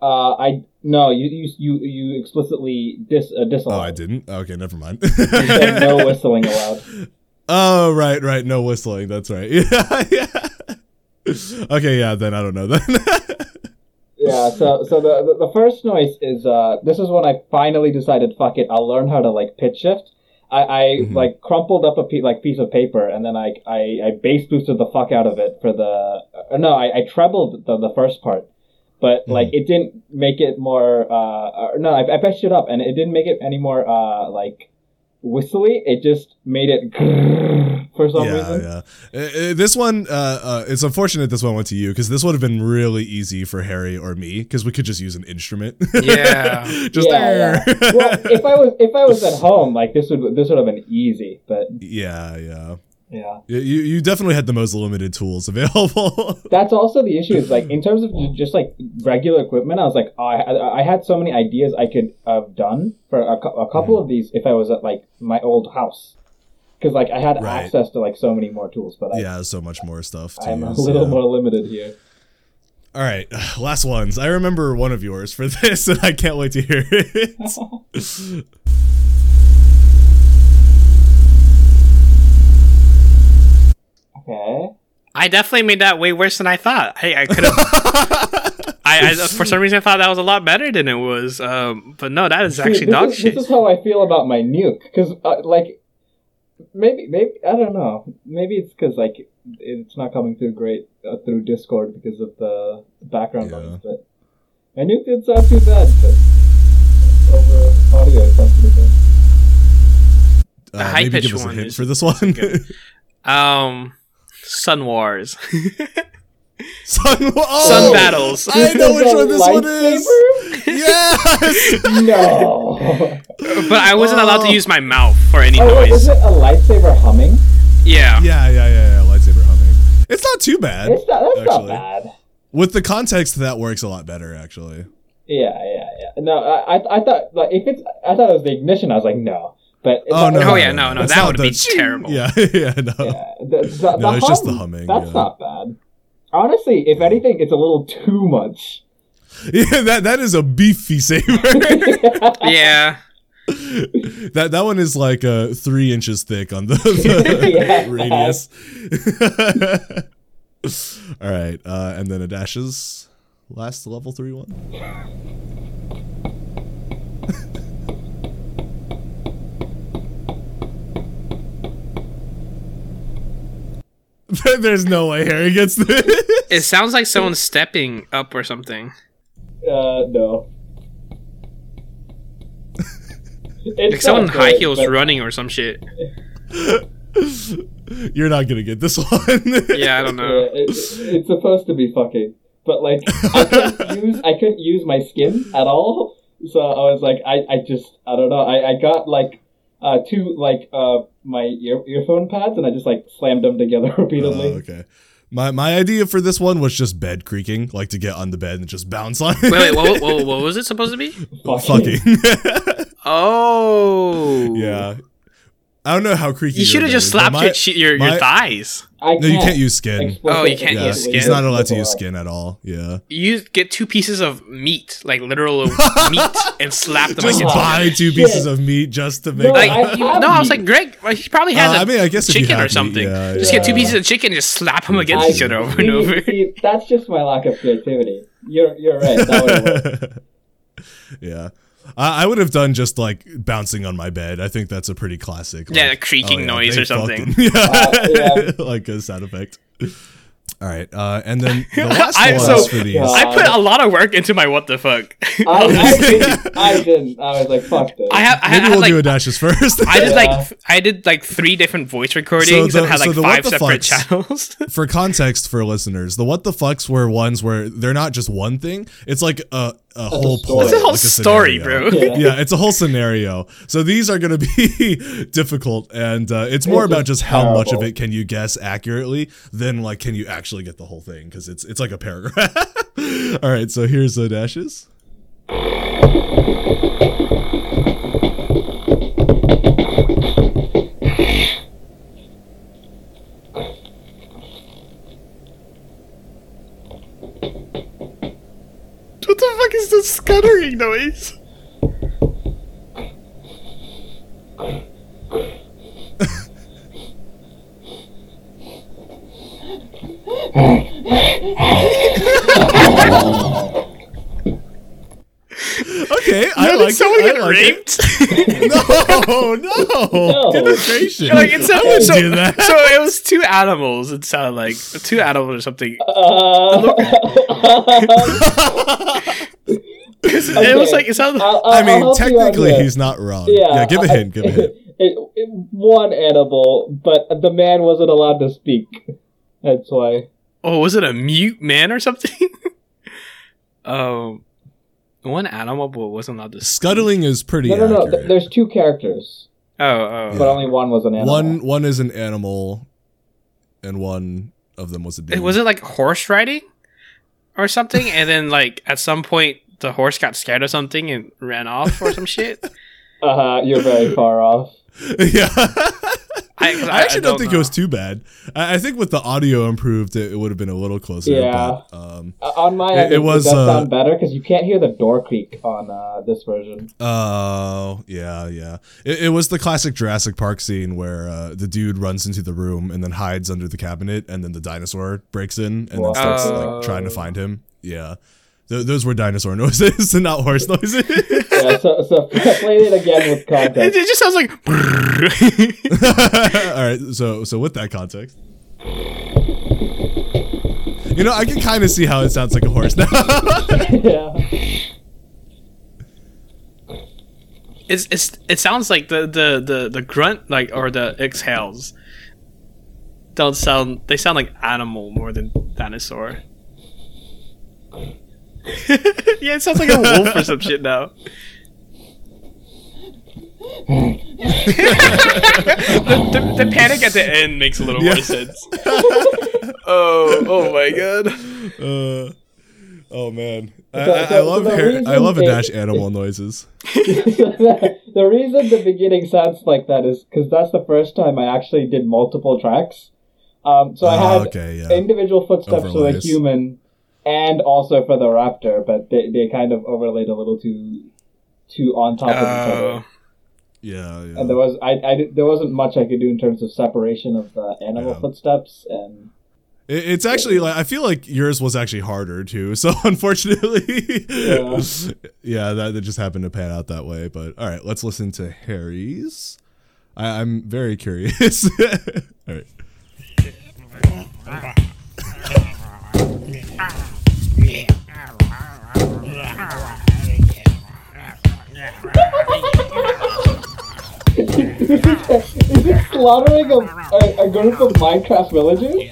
Uh, I no, you you you, you explicitly dis uh, disallowed. Oh, I didn't. Okay, never mind. You said no whistling allowed. oh, right, right. No whistling. That's right. Yeah, yeah. Okay, yeah. Then I don't know. Then. Yeah, so so the the- the first noise is uh this is when I finally decided fuck it I'll learn how to like pitch shift. I, I Mhm. like crumpled up a pe- like piece of paper and then I I, I bass boosted the fuck out of it for the uh, no I, I trebled the, the first part, but like it didn't make it more uh or, no I, I pitched it up and it didn't make it any more uh like whistly it just made it for some yeah, reason. yeah. Uh, uh, this one, uh, uh, it's unfortunate this one went to you because this would have been really easy for Harry or me because we could just use an instrument. Yeah. just Yeah, there. well, if I was if I was at home, like this would this would have been easy, but yeah, yeah. yeah. You you definitely had the most limited tools available. that's also the issue is like in terms of ju- just like regular equipment i was like oh, I, I had so many ideas i could have done for a, cou- a couple Mm. of these if i was at like my old house because like i had Right. access to like so many more tools but I, yeah, so much more stuff. To i'm a use, little yeah. more limited here All right, last ones. I remember one of yours for this, and I can't wait to hear it. okay I definitely made that way worse than I thought. Hey, I could have. I, I for some reason I thought that was a lot better than it was. Um, but no, that is See, actually this dog is, shit. this is how i feel about my nuke because uh, like maybe maybe i don't know maybe it's because like it's not coming through great uh, through discord because of the background Yeah. noise but my nuke did sound too bad but over audio it sounds pretty good Uh, high-pitched maybe give us a one hint is- for this one. Um, Sun Wars. Sun, oh, Sun battles. I know This which is a one this one is. lightsaber? Yes. No. but I wasn't allowed to Oh. use my mouth for any oh, wait, is noise. it a lightsaber humming? Yeah. Yeah, yeah, yeah, yeah. Lightsaber humming. It's not too bad. It's not. That's actually. not bad. With the context, that works a lot better, actually. Yeah, yeah, yeah. No, I, I, I thought like if it's, I thought it was the ignition. I was like, no, But Oh, no. Oh yeah, no, no, That's that not would the- be terrible. Yeah, yeah, no. yeah, the, the, No, the it's just the hum, humming, That's yeah. not bad. Honestly, if anything, it's a little too much. Uh, Yeah, that that is a beefy saber. Yeah. that that one is like uh, three inches thick on the, the Yeah. radius. All right, uh, and then a dashes last level three one. There- There's no way Harry gets this. It sounds like someone's stepping up or something. Uh, no. It's Like someone in not high good, heels but- running or some shit. You're not gonna get this one. Yeah, I don't Yeah, know. it, it's supposed to be fucking, but like I couldn't use I couldn't use my skin at all, so I was like I, I just I don't know I, I got like uh two like uh my ear earphone pads and I just like slammed them together repeatedly. Oh, okay. My my idea for this one was just bed creaking, like to get on the bed and just bounce on. it. Wait, wait, what, what, what was it supposed to be? Uh, Fucking. Oh, yeah. I don't know how creaky. You your should have bed just is, but slapped my- your che- your, your my- thighs. I No, you can't use skin. explicitly- Oh, you can't Yeah, use skin. he's not allowed to use skin at all. Yeah, You get two pieces of meat, like literal meat, and slap them just against. buy two Shit. pieces of meat just to make. No, Like that- I you- have no, I was meat. like Greg. like, He probably has Uh, a I mean, I guess if you chicken have or meat, something. yeah, just get two yeah. pieces of chicken, and just slap them against I- each other over and see- over. see, that's just my lack of creativity. You're you're right. That would work. yeah, I, I would have done just like bouncing on my bed. I think that's a pretty classic. Yeah, like, oh, a creaking noise they or something. fucking- yeah, Uh, yeah. like a sound effect. All right, uh, and then the last I'm one so- is for these. Yeah. I put a lot of work into my what the fuck. uh, I, I, didn't, I didn't. I was like, fuck this. I have. I Maybe had we'll like. do a dashes first. I did Yeah. like. I did like three different voice recordings So the- and had so like the five what the separate fucks- channels. for context for listeners, the what the fucks were ones where they're not just one thing; it's like a a whole story. plot, It's a whole like story, scenario. bro. Yeah. Yeah, it's a whole scenario. So these are going to be difficult, and uh, it's more It's about just just how much of terrible. it can you guess accurately than like can you actually get the whole thing because it's it's like a paragraph. All right, so here's the dashes. What the fuck is this scuttering noise? Okay, I Did like someone it, I get like it. raped? No, no, No. goodness gracious! like it's a, I wouldn't so, do that. so it was two animals. It sounded like two animals or something. Uh, It was like it sounded. I'll- I'll- I I'll mean, help you out technically, here. he's not wrong. Yeah, give a I- hint. Give a hint. It, it, one animal, but the man wasn't allowed to speak. That's why. oh, was it a mute man or something? um, one animal but wasn't allowed to. Scuttling is pretty No, no, no. accurate. th- There's two characters, Oh, oh. but only one was an animal. one one is an animal, and one of them was a dude. It- was it like horse riding or something? and then like at some point the horse got scared of something and ran off or some shit. Uh huh. You're very far off. yeah. I- 'cause I, I- actually I don't, don't think know. it was too bad. I, I think with the audio improved, it, it would have been a little closer. Yeah. But, um, Uh, on my It- end, it it, was, was, does uh, sound better because you can't hear the door creak on uh, this version. oh yeah, yeah. It, it was the classic Jurassic Park scene where uh, the dude runs into the room and then hides under the cabinet, and then the dinosaur breaks in and Wow. then starts like trying to find him. Yeah. Th- those were dinosaur noises and not horse noises. Yeah. So, so play it again with It, context. it just sounds like. All right, so so with that context, you know I can kind of see how it sounds like a horse now. yeah. It's, it's it sounds like the, the, the, the grunt like or the exhales don't sound they sound like animal more than dinosaur. yeah, it sounds like a wolf or some shit now. the, the, the panic at the end makes a little Yeah. more sense. Oh, oh my god. uh, oh man, I, So- I, I so- love so the hair, I reason love a it- dash animal noises. the the reason the beginning sounds like that is because that's the first time I actually did multiple tracks. Um, so I Ah, had okay, yeah. individual footsteps for the Overlays. human and also for the raptor, but they, they kind of overlaid a little too too on top of each other. Oh, yeah, yeah. and there was I, I did- there wasn't much I could do in terms of separation of the animal Yeah. footsteps and It- It's actually like I feel like yours was actually harder too. So unfortunately, yeah, Yeah. that, that just happened to pan out that way. But all right, let's listen to Harry's. I, I'm very curious. all right, is it slaughtering a, a, a group of Minecraft villagers?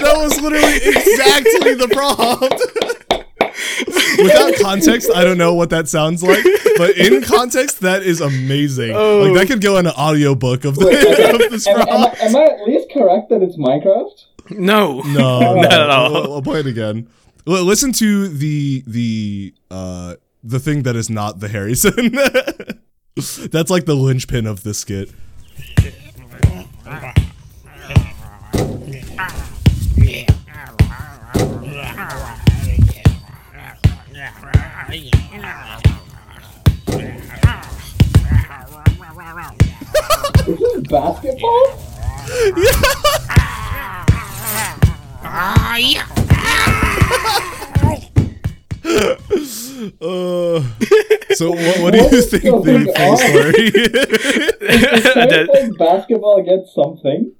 that was literally exactly the prompt. Without context, I don't know what that sounds like, but in context, that is amazing. Like that could go in an audiobook of the, of this Oh. Am, am, I, prompt. am I at least correct that it's Minecraft? no. No, Not at all. I'll, I'll play it again. L- listen to the the uh the thing that is not the Harrison. That's like the linchpin of the skit. Is this basketball? Uh, so what, what do you What think is the going face Larry? Are you That- playing basketball against something?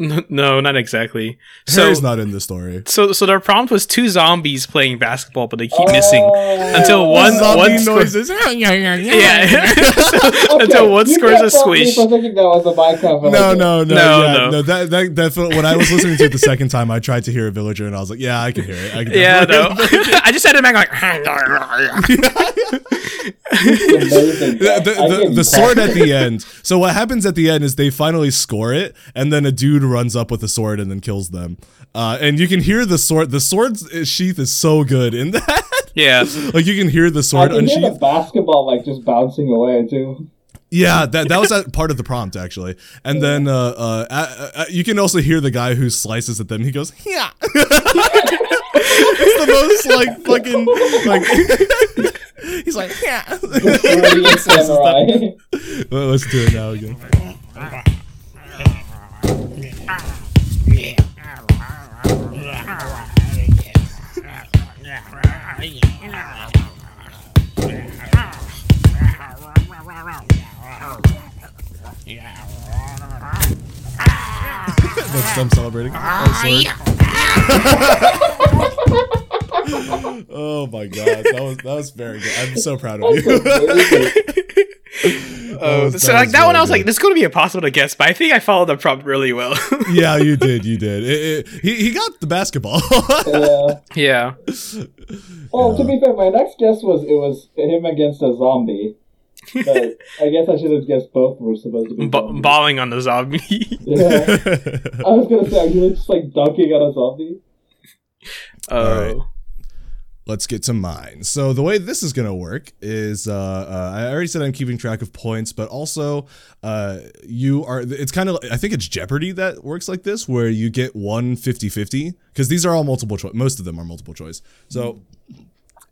no, not exactly. So, Harry's not in the story. so, so their prompt was two zombies playing basketball, but they keep missing Oh. until one Oh, Zombie one score- noises. Yeah, Okay, until one you scores can't a fault me squish. For thinking that was a Minecraft villager. No, no, no, No, yeah, no. no. That, that, that's what, when I was listening to it the second time, I tried to hear a villager, and I was like, "Yeah, I can hear it. I can Yeah, definitely no. I just had it back like. Amazing. the, I the, give the, you the sword props. at the end. So what happens at the end is they finally score it, and then a dude runs up with a sword and then kills them. Uh, and you can hear the sword. The sword's sheath is so good in that. yeah. like you can hear the I sword can hear the unsheathed. basketball like just bouncing away too. Yeah, that that was a part of the prompt actually. And then uh, uh, uh, uh, you can also hear the guy who slices at them. He goes, "Yeah." it's the most like fucking like. He's like, "Yeah." Korean Slices samurai. them. Well, Let's do it now again. That's them celebrating. Oh, sorry. oh my god, that was that was very good. I'm so proud of you. That was- Oh, Um, so that like that one, really I was like, good. "This is going to be impossible to guess," but I think I followed the prompt really well. yeah, you did, you did. It- it- he he got the basketball. yeah. yeah. Well, to be fair, my next guess was it was him against a zombie. But I guess I should have guessed both were supposed to be. B- zombies. balling on the zombie. Yeah. I was gonna say, are you just like dunking on a zombie? Oh. right. Let's get to mine. So the way this is gonna work is, uh, uh, I already said I'm keeping track of points, but also, uh, you are. It's kind of. I think it's Jeopardy that works like this, where you get one 50-50 because these are all multiple choice. Most of them are multiple choice. So. i-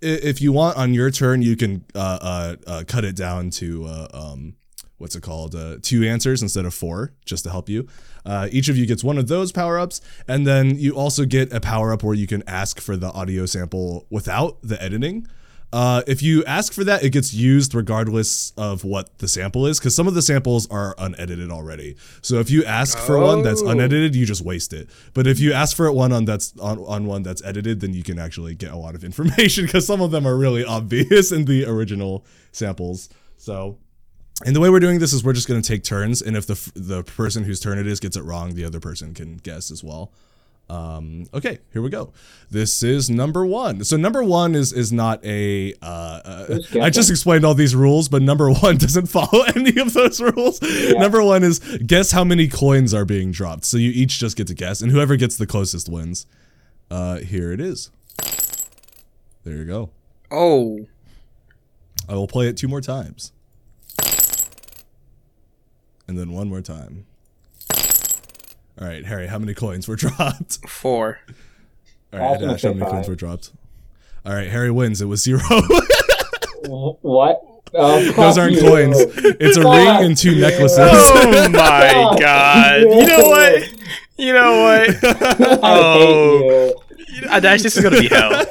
If you want on your turn, you can uh, uh, uh, cut it down to uh, um, what's it called uh, two answers instead of four just to help you uh, each of you gets one of those power ups and then you also get a power up where you can ask for the audio sample without the editing uh, if you ask for that it gets used regardless of what the sample is because some of the samples are unedited already so if you ask for one that's Oh. unedited you just waste it but if you ask for it one on that's on, on one that's edited then you can actually get a lot of information because some of them are really obvious in the original samples so and the way we're doing this is we're just going to take turns, and if the f- the person whose turn it is gets it wrong, the other person can guess as well. Um, okay, here we go. This is number one. So number one is is not a. Uh, uh, I just explained all these rules, but number one doesn't follow any of those rules. Number one is guess how many coins are being dropped. So you each just get to guess, and whoever gets the closest wins. Uh, here it is. There you go. Oh, I will play it two more times, and then one more time. All right, Harry, how many coins were dropped? four. All I right, was gonna Ash, how say many coins five. were dropped? All right, Harry wins. It was zero. Wh- What? Oh, Those fuck aren't you. coins. It's a Fuck ring and two you. necklaces. Oh my Fuck god! you. You know what? You know what? I Oh. hate Uh, That's this is gonna be hell. you.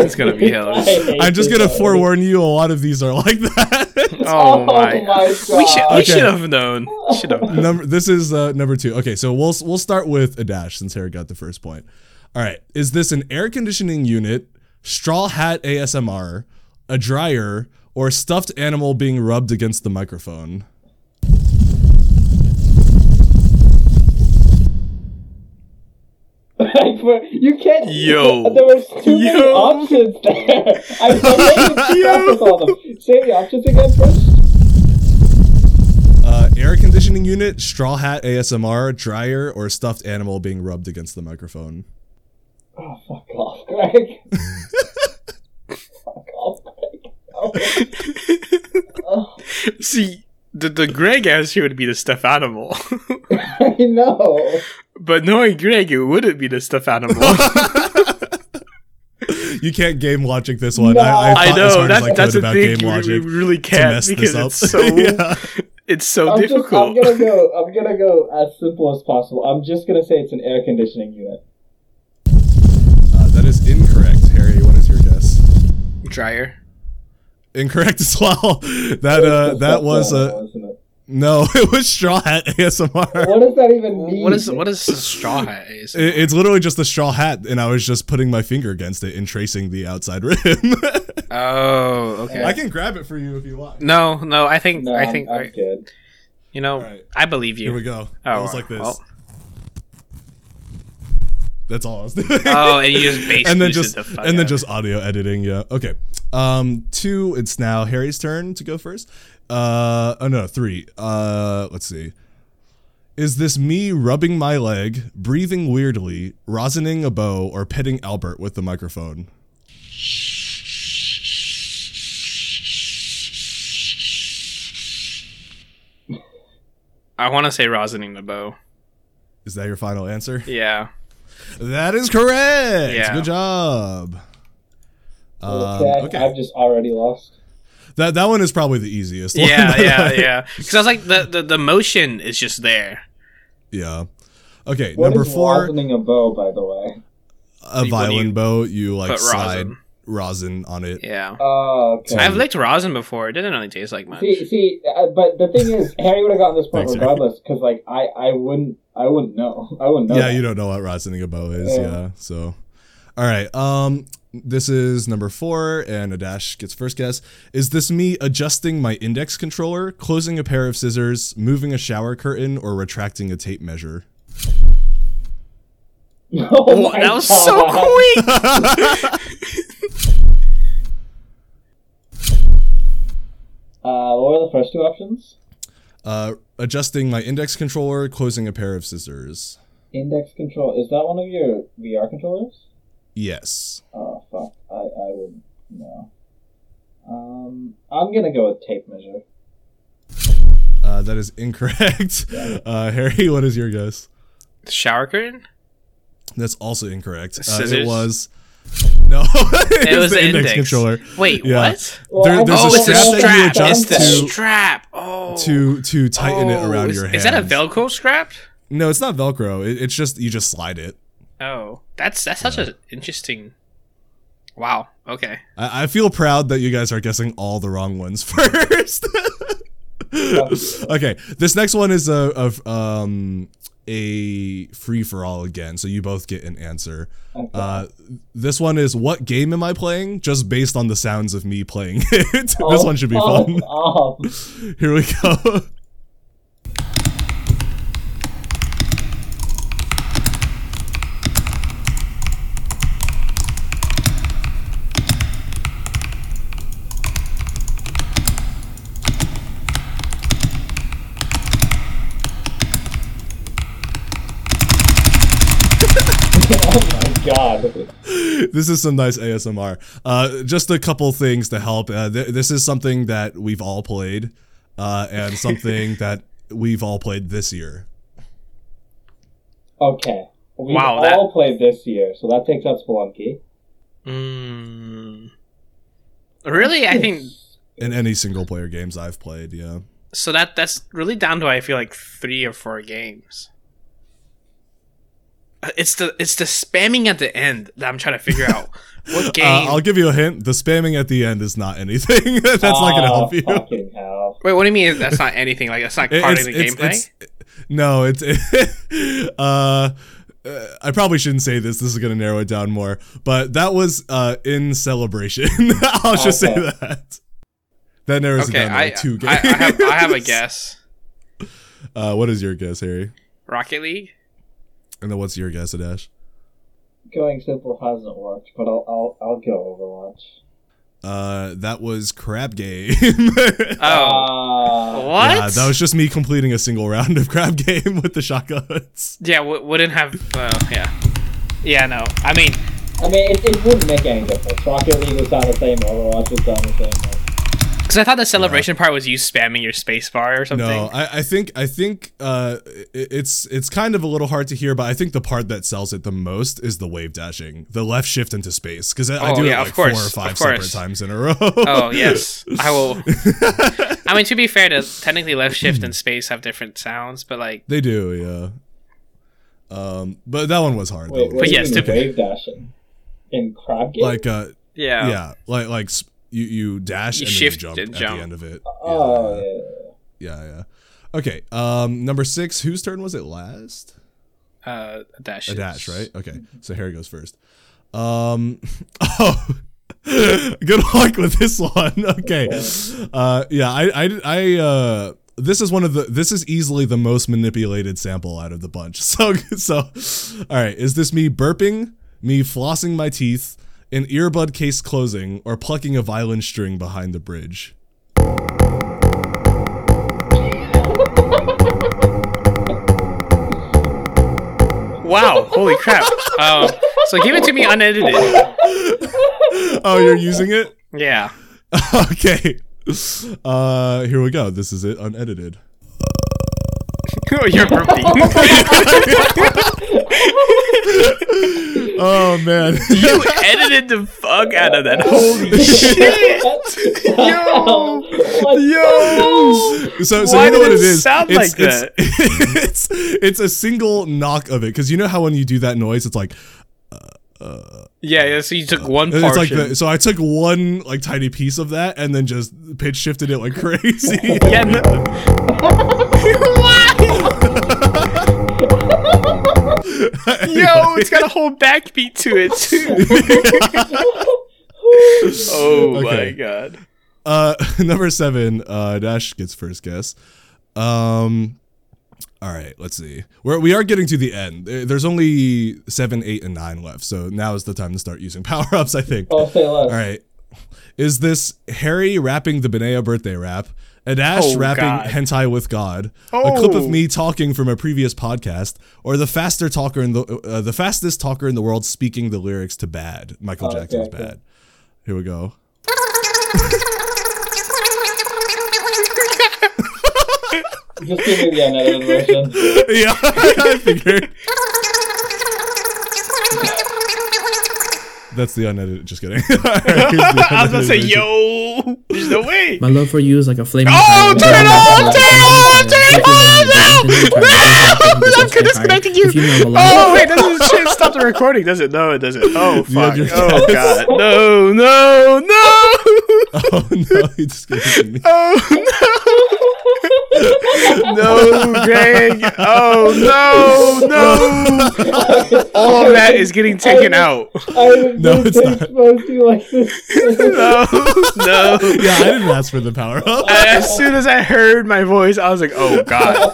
It's gonna be hell. I hate I'm just you. gonna forewarn you. A lot of these are like that. Oh, my! my We should we God. should have known. Should have known. number. This is uh, number two. Okay, so we'll we'll start with a dash since Harry got the first point. All right, is this an air conditioning unit, straw hat ASMR, a dryer, or a stuffed animal being rubbed against the microphone? Like, for- you can't. Yo. There was too many Yo. options there. I was all of them. Say the options again first. Uh, air conditioning unit, straw hat ASMR, dryer, or a stuffed animal being rubbed against the microphone. Oh, fuck off, Greg. fuck off, Greg. Oh, See, the the Greg answer would be the stuffed animal, I know. but knowing Greg, it wouldn't be the stuffed animal. You can't game logic this one. No. I, I, thought I as know hard as that's I could that's the about thing. game You, logic you really to can't mess because this up. it's so Yeah. it's so I'm just. I'm difficult. gonna go. I'm gonna go as simple as possible. I'm just gonna say it's an air conditioning unit. Uh, that is incorrect, Harry. What is your guess? Dryer. Incorrect as well. That uh, that was a. a no. It was straw hat ASMR. What does that even mean? What is what is a straw hat? Is It- It's literally just a straw hat, and I was just putting my finger against it and tracing the outside rim. oh okay. I can grab it for you if you want. no, no. I think No, I think I'm, I'm good. you know. Alright. I believe Here you. we go. Oh, it was like this. well. That's all I was doing. Oh, and you just basically and then said just the fuck and out then of just audio editing. Yeah. Okay. Um, two. It's now Harry's turn to go first. Uh, oh no, three. Uh, let's see. Is this me rubbing my leg, breathing weirdly, rosining a bow, or petting Albert with the microphone? I want to say rosining the bow. Is that your final answer? Yeah. That is correct. Yeah. Good job. Um, okay. okay. I've just already lost. That that one is probably the easiest. one. Yeah, yeah, yeah. Because I was like, the, the the motion is just there. Yeah. Okay, What number is four, Rosining a bow, by the way. a you- violin you bow. You like put slide rosin. rosin on it. Yeah. Oh, okay. I've licked rosin before. It didn't really taste like much. See, see, uh, but the thing is, Harry would have gotten this point Thanks, Harry. regardless, because like I, I wouldn't, I wouldn't know. I wouldn't know. Yeah, that. you don't know what rosining a bow is. Yeah. Yeah. So, all right. Um, this is number four, and a dash gets first guess. Is this me adjusting my index controller, closing a pair of scissors, moving a shower curtain, or retracting a tape measure? Oh Wha- my that was God. so quick. Uh, what were the first two options? Uh, adjusting my index controller, closing a pair of scissors. Index control. Is that one of your VR controllers? Yes. Oh fuck, I, I would no. Um, I'm gonna go with tape measure. Uh, that is incorrect. Uh, Harry, what is your guess? Shower curtain. That's also incorrect. Uh, it Scissors? was no. it, was the the index, index. controller. Wait, Yeah. what? There- I there's oh, a think it's a strap that you strap. It's adjust the to- strap. Oh. To to tighten it Oh, around is, your hand. Is that a Velcro strap? No, it's not Velcro. It, it's just you just slide it. Oh, that's that's such an interesting. Wow. Okay. I, I feel proud that you guys are guessing all the wrong ones first. okay, this next one is a, a um a free for all again. So you both get an answer. Okay. Uh, this one is what game am I playing? Just based on the sounds of me playing it. Uh, this one should be Oh, fun. oh. Here we go. oh god. this is some nice ASMR. Uh, just a couple things to help. Uh, th- this is something that we've all played, uh, and something that we've all played this year. Okay. We Wow, all that- played this year, so that takes out Spelunky. Mm. Really, I think In any single player games I've played, yeah. Uh, so. That that's really down to I feel like three or four games. Uh, It's the it's the spamming at the end that I'm trying to figure out what Uh, game. I'll give you a hint. The spamming at the end is not anything. That's not going to Oh, help you. Fucking hell. Wait, what do you mean? That's not anything. Like that's not It- part it's- of the it's- gameplay. it's- no, it's. uh, uh, I probably shouldn't say this. This is going to narrow it down more. But that was uh, in celebration. I'll just say Okay. that. That narrows okay, it down to I, like two I, I games. have I have a guess. Uh, what is your guess, Harry? Rocket League. And then what's your guess, Adash? Going simple hasn't worked, but I'll I'll, I'll go Overwatch. Uh, that was Crab Game. Oh, Uh, what? Yeah, that was just me completing a single round of Crab Game with the shotguns. Yeah, w- wouldn't have. Uh, yeah, yeah. No, I mean, I mean, it, it wouldn't make any difference. Rocket League was down the same, Overwatch was down the same. because I thought the celebration part was you spamming your space bar or something. No, I, I think I think uh, i- it's it's kind of a little hard to hear, but I think the part that sells it the most is the wave dashing, the left shift into space, because I, I Oh, do yeah, it of like course, four or of five course. separate times in a row. oh yes, I will. I mean, to be fair, to technically left shift and space have different sounds, but like, they do, yeah. Um, but that one was hard. Wait, though. what But do you yes, mean to- wave dashing in crab game? Like uh, yeah, yeah, like like sp- you you dash You and then shift you jump and at jump. the end of it. oh, yeah. yeah, yeah, yeah. Okay, um, number six. Whose turn was it last? Uh, a dash, A is- dash, right? Okay. So Harry goes first. Um oh good luck with this one. Okay. Uh yeah, I I I uh this is one of the this is easily the most manipulated sample out of the bunch. So so all right, is this me burping, me flossing my teeth, an earbud case closing, or plucking a violin string behind the bridge? Wow, holy crap! Um, so give it to me unedited. Oh, you're using it? Yeah, okay. Uh here we go. This is it unedited. you're burping. Oh man. you edited the fuck out of that. Holy shit! Yo. What? Yo! So, so Why you know did what it it is? sound it's, like it's, it's it's a single knock of it because you know how when you do that noise, it's like Yeah, yeah. So you took one it's portion. like the, so. I took one like tiny piece of that and then just pitch shifted it like crazy. yeah, no- Yo, it's got a whole backbeat to it too. oh Okay. my god. Uh, number seven. Uh, Dash gets first guess. Um, all right, let's see. We're, we are getting to the end. There- There's only seven, eight, and nine left. So now is the time to start using power ups. I think. Oh, say less. All right. Is this Harry rapping the Benea birthday rap? Adash Oh, rapping God. hentai with God? A clip of Oh. me talking from a previous podcast, or the faster talker in the uh, the fastest talker in the world speaking the lyrics to "Bad" Michael Oh, okay, Jackson's okay. "Bad"? Here we go. Just give me the unedited version. yeah, I figured that's the unedited. Just kidding. I was I gonna say, yo, there's no way. My love for you is like a flaming. Oh, fire. turn it on, turn it on, turn it on, no, I'm disconnecting you. If you know the Oh light, wait, doesn't it shit stop the recording? Does it? No, it doesn't. Oh fuck. your Oh god. No, no, no. oh no, he just gave me. Oh no. No, Greg. Oh no, no. All of that is getting taken out. I didn't No, think it's they not. exposed you like this. No, no. Yeah, I didn't ask for the power up. As soon as I heard my voice, I was like, "Oh God!"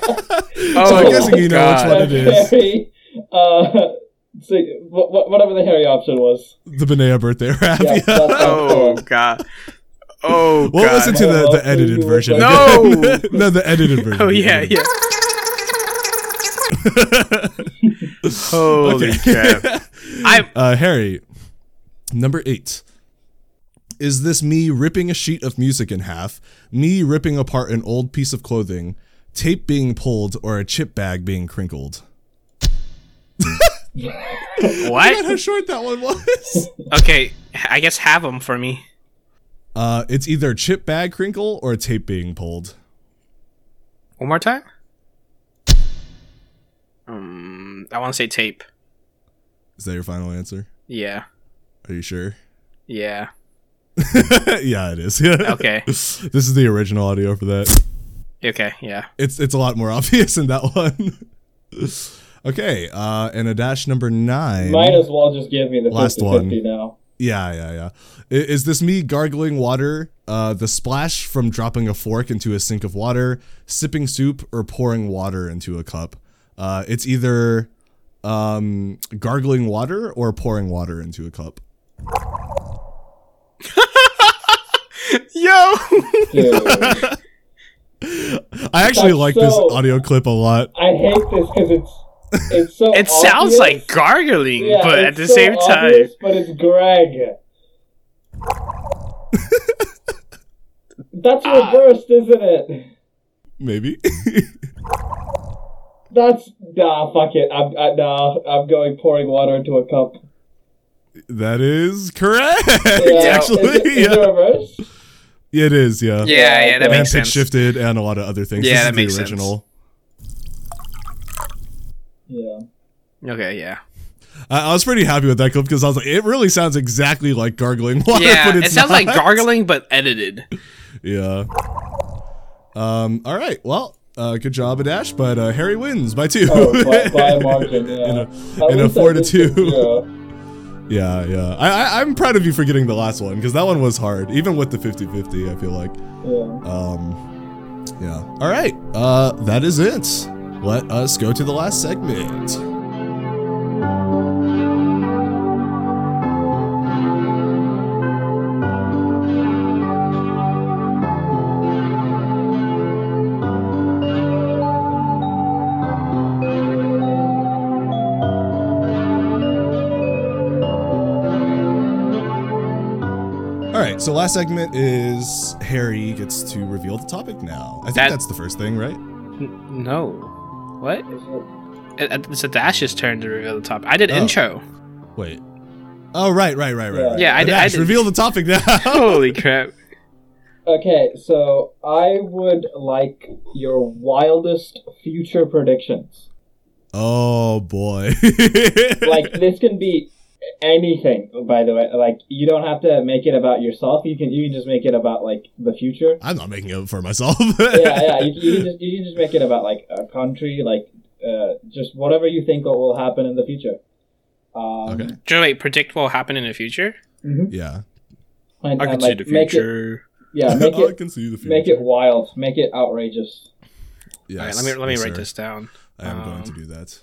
Oh, I'm guessing you know which God. one it is. Harry, uh, so, wh- wh- whatever the Harry option was. The Benea birthday rap. Yeah, yeah. that's- Oh God! Oh Well, God! listen to the, Oh, the edited you were version. right. No! no, the edited version. oh yeah, yeah. Holy crap. I uh, Harry, number eight. Is this me ripping a sheet of music in half, me ripping apart an old piece of clothing, tape being pulled, or a chip bag being crinkled? Look at how what? short that one was. Okay, I guess have them for me. uh, it's either chip bag crinkle or tape being pulled. One more time. Um, I want to say tape. Is that your final answer? Yeah, Are you sure? yeah. yeah, it is. Yeah. Okay, this is the original audio for that. okay, yeah. it's it's a lot more obvious in that one. okay, uh, and a dash number nine. Might as well just give me the Last 50 one. now. yeah, yeah, yeah. I- Is this me gargling water? Uh, the splash from dropping a fork into a sink of water, sipping soup, or pouring water into a cup. Uh, it's either um, gargling water or pouring water into a cup. Yo, Dude, I actually That's like this so- audio clip a lot. I hate this because it's it's so. it sounds obvious. like gargling, Yeah, but it's at the so same time, obvious, but it's Greg. That's reversed, isn't it? Maybe. That's nah. Fuck it. I'm I, nah. I'm going pouring water into a cup. that is correct. Is, Actually, it- is yeah. it reverse? Yeah, it is. yeah, Yeah. yeah, that and makes pitch sense. shifted and a lot of other things. Yeah, this is that the makes sense. original. Yeah. Okay, yeah, I, I was pretty happy with that clip because I was like, it really sounds exactly like gargling water, yeah. but It it's sounds like not. gargling, but edited. Yeah. Um. All right. Well. Uh, good job, Adash, but uh, Harry wins by two. Oh, by, by a margin. Yeah. In a- At in a least I four to did two. get zero. yeah, yeah. I, I, I'm proud of you for getting the last one because that one was hard, even with the 50 50, I feel like. Yeah. Um, yeah. All right. Uh, that is it. Let us go to the last segment. All right, so last segment is Harry gets to reveal the topic now. I think That- that's the first thing, right? N- no, what? Is it- It- it- It's a Dash's turn to reveal the top. I did Oh. intro. Wait. Oh, right, right, right, right. right. Yeah, I did- I Adash, did- reveal the topic now. Holy crap! Okay, so I would like your wildest future predictions. oh boy. Like this can be anything, by the way. Like you don't have to make it about yourself. You can you can just make it about like the future. I'm not making it for myself. Yeah, yeah. You, you can just you can just make it about like a country, like uh, just whatever you think will happen in the future. Um, Okay. Just wait, predict what will happen in the future. mhm. Yeah. And- I and, can see like, the make it- future. yeah, make Oh, I it can see the future. make it wild, make it outrageous. Yes, All right, let me let me yes, write sir. this down. I am going to Um, do that.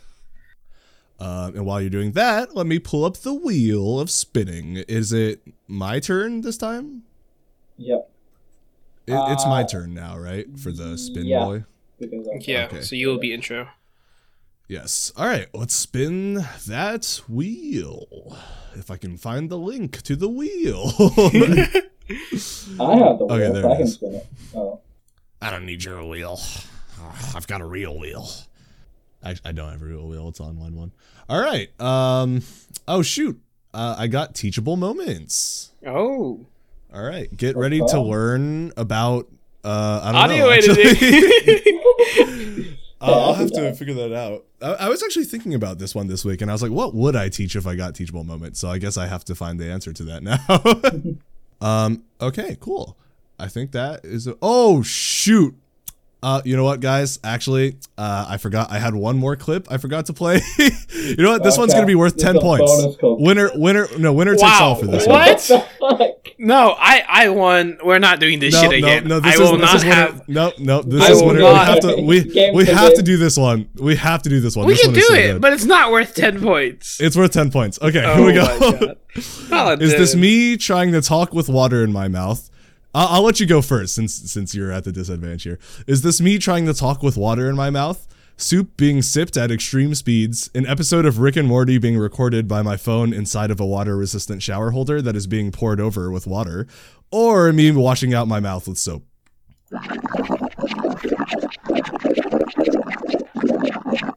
Um, and while you're doing that, let me pull up the wheel of spinning. Is it my turn this time? Yep. It, it's my Uh, turn now, right? For the spin yeah. boy. Because of- Yeah, Okay. so you will be intro. Yes. All right. Let's spin that wheel. If I can find the link to the wheel. I have the Okay, there wheel, so it I can is. spin it. Oh. I don't need your wheel. Ah, I've got a real wheel. I, I don't have a real wheel. It's online one. All right. Um. Oh shoot. Uh, I got teachable moments. Oh, All right. Get ready to Okay. learn about. Uh, I don't audio know. actually. editing. Uh, I'll have to figure that out. I, I was actually thinking about this one this week, and I was like, "What would I teach if I got teachable moments?" So I guess I have to find the answer to that now. um. Okay. Cool. I think that is. A, oh shoot. Uh, you know what, guys? Actually, uh, I forgot. I had one more clip I forgot to play. you know what? This one's Okay. gonna be worth This is ten a points. bonus clip. Winner, winner, no, winner takes Wow. all for this one. What? the fuck? no, I I won. We're not doing this shit again. I will this not winner- have. no, no. This I is will winner. We not have to. have- We, Game we to have to game. do this one. We have to do this one. we This can one is do so it, good. but it's not worth ten points. it's worth ten points. Okay, here we go. God. Is this me? me trying to talk with water in my mouth? I'll, I'll let you go first, since since you're at the disadvantage here. Is this me trying to talk with water in my mouth? soup being sipped at extreme speeds, an episode of Rick and Morty being recorded by my phone inside of a water resistant shower holder that is being poured over with water, or me washing out my mouth with soap.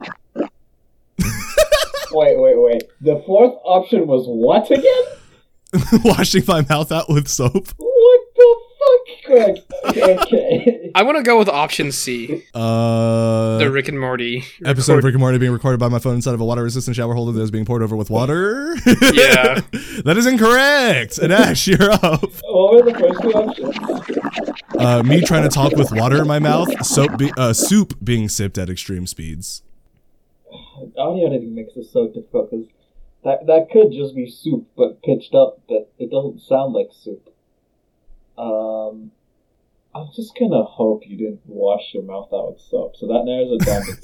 Wait, wait, wait. The fourth option was what again? washing my mouth out with soap. What the fuck, Greg? Okay, Okay. I want to go with option C, Uh, the Rick and Morty episode of record- Rick and Morty being recorded by my phone inside of a water resistant shower holder that is being poured over with water. Yeah. that is incorrect. And Ash, you're up. what were the first two options? Uh, me trying to talk with water in my mouth, soap, be- uh, soup being sipped at extreme speeds. Audio editing makes this so difficult because that, that could just be soup, but pitched up, but it doesn't sound like soup. Um, I'm just gonna hope you didn't wash your mouth out with soap, so that narrows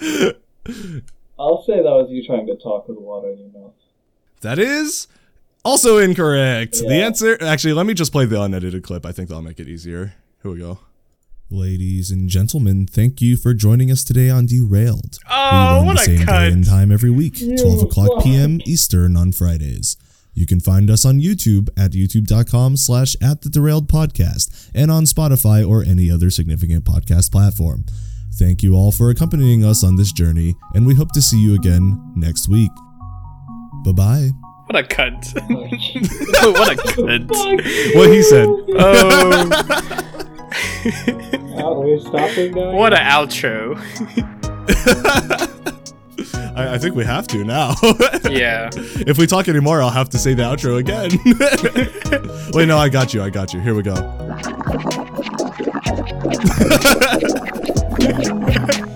it down to two. I'll say that was you trying to talk with water in your mouth. That is also incorrect. The Yeah. answer, actually, let me just play the unedited clip. I think that'll make it easier. Here we go. Ladies and gentlemen, thank you for joining us today on Derailed. Oh, we run what the a same cunt. day and time every week, You 12 o'clock fuck. p.m. Eastern on Fridays. You can find us on YouTube at youtube.com slash at the derailed podcast and on Spotify or any other significant podcast platform. Thank you all for accompanying us on this journey, and we hope to see you again next week. Bye bye. What a cunt. what a cunt. What he said. Oh, Oh, we're stopping now. what an outro. I, I think we have to now. Yeah. if we talk anymore, I'll have to say the outro again. Wait, no, I got you. I got you. Here we go.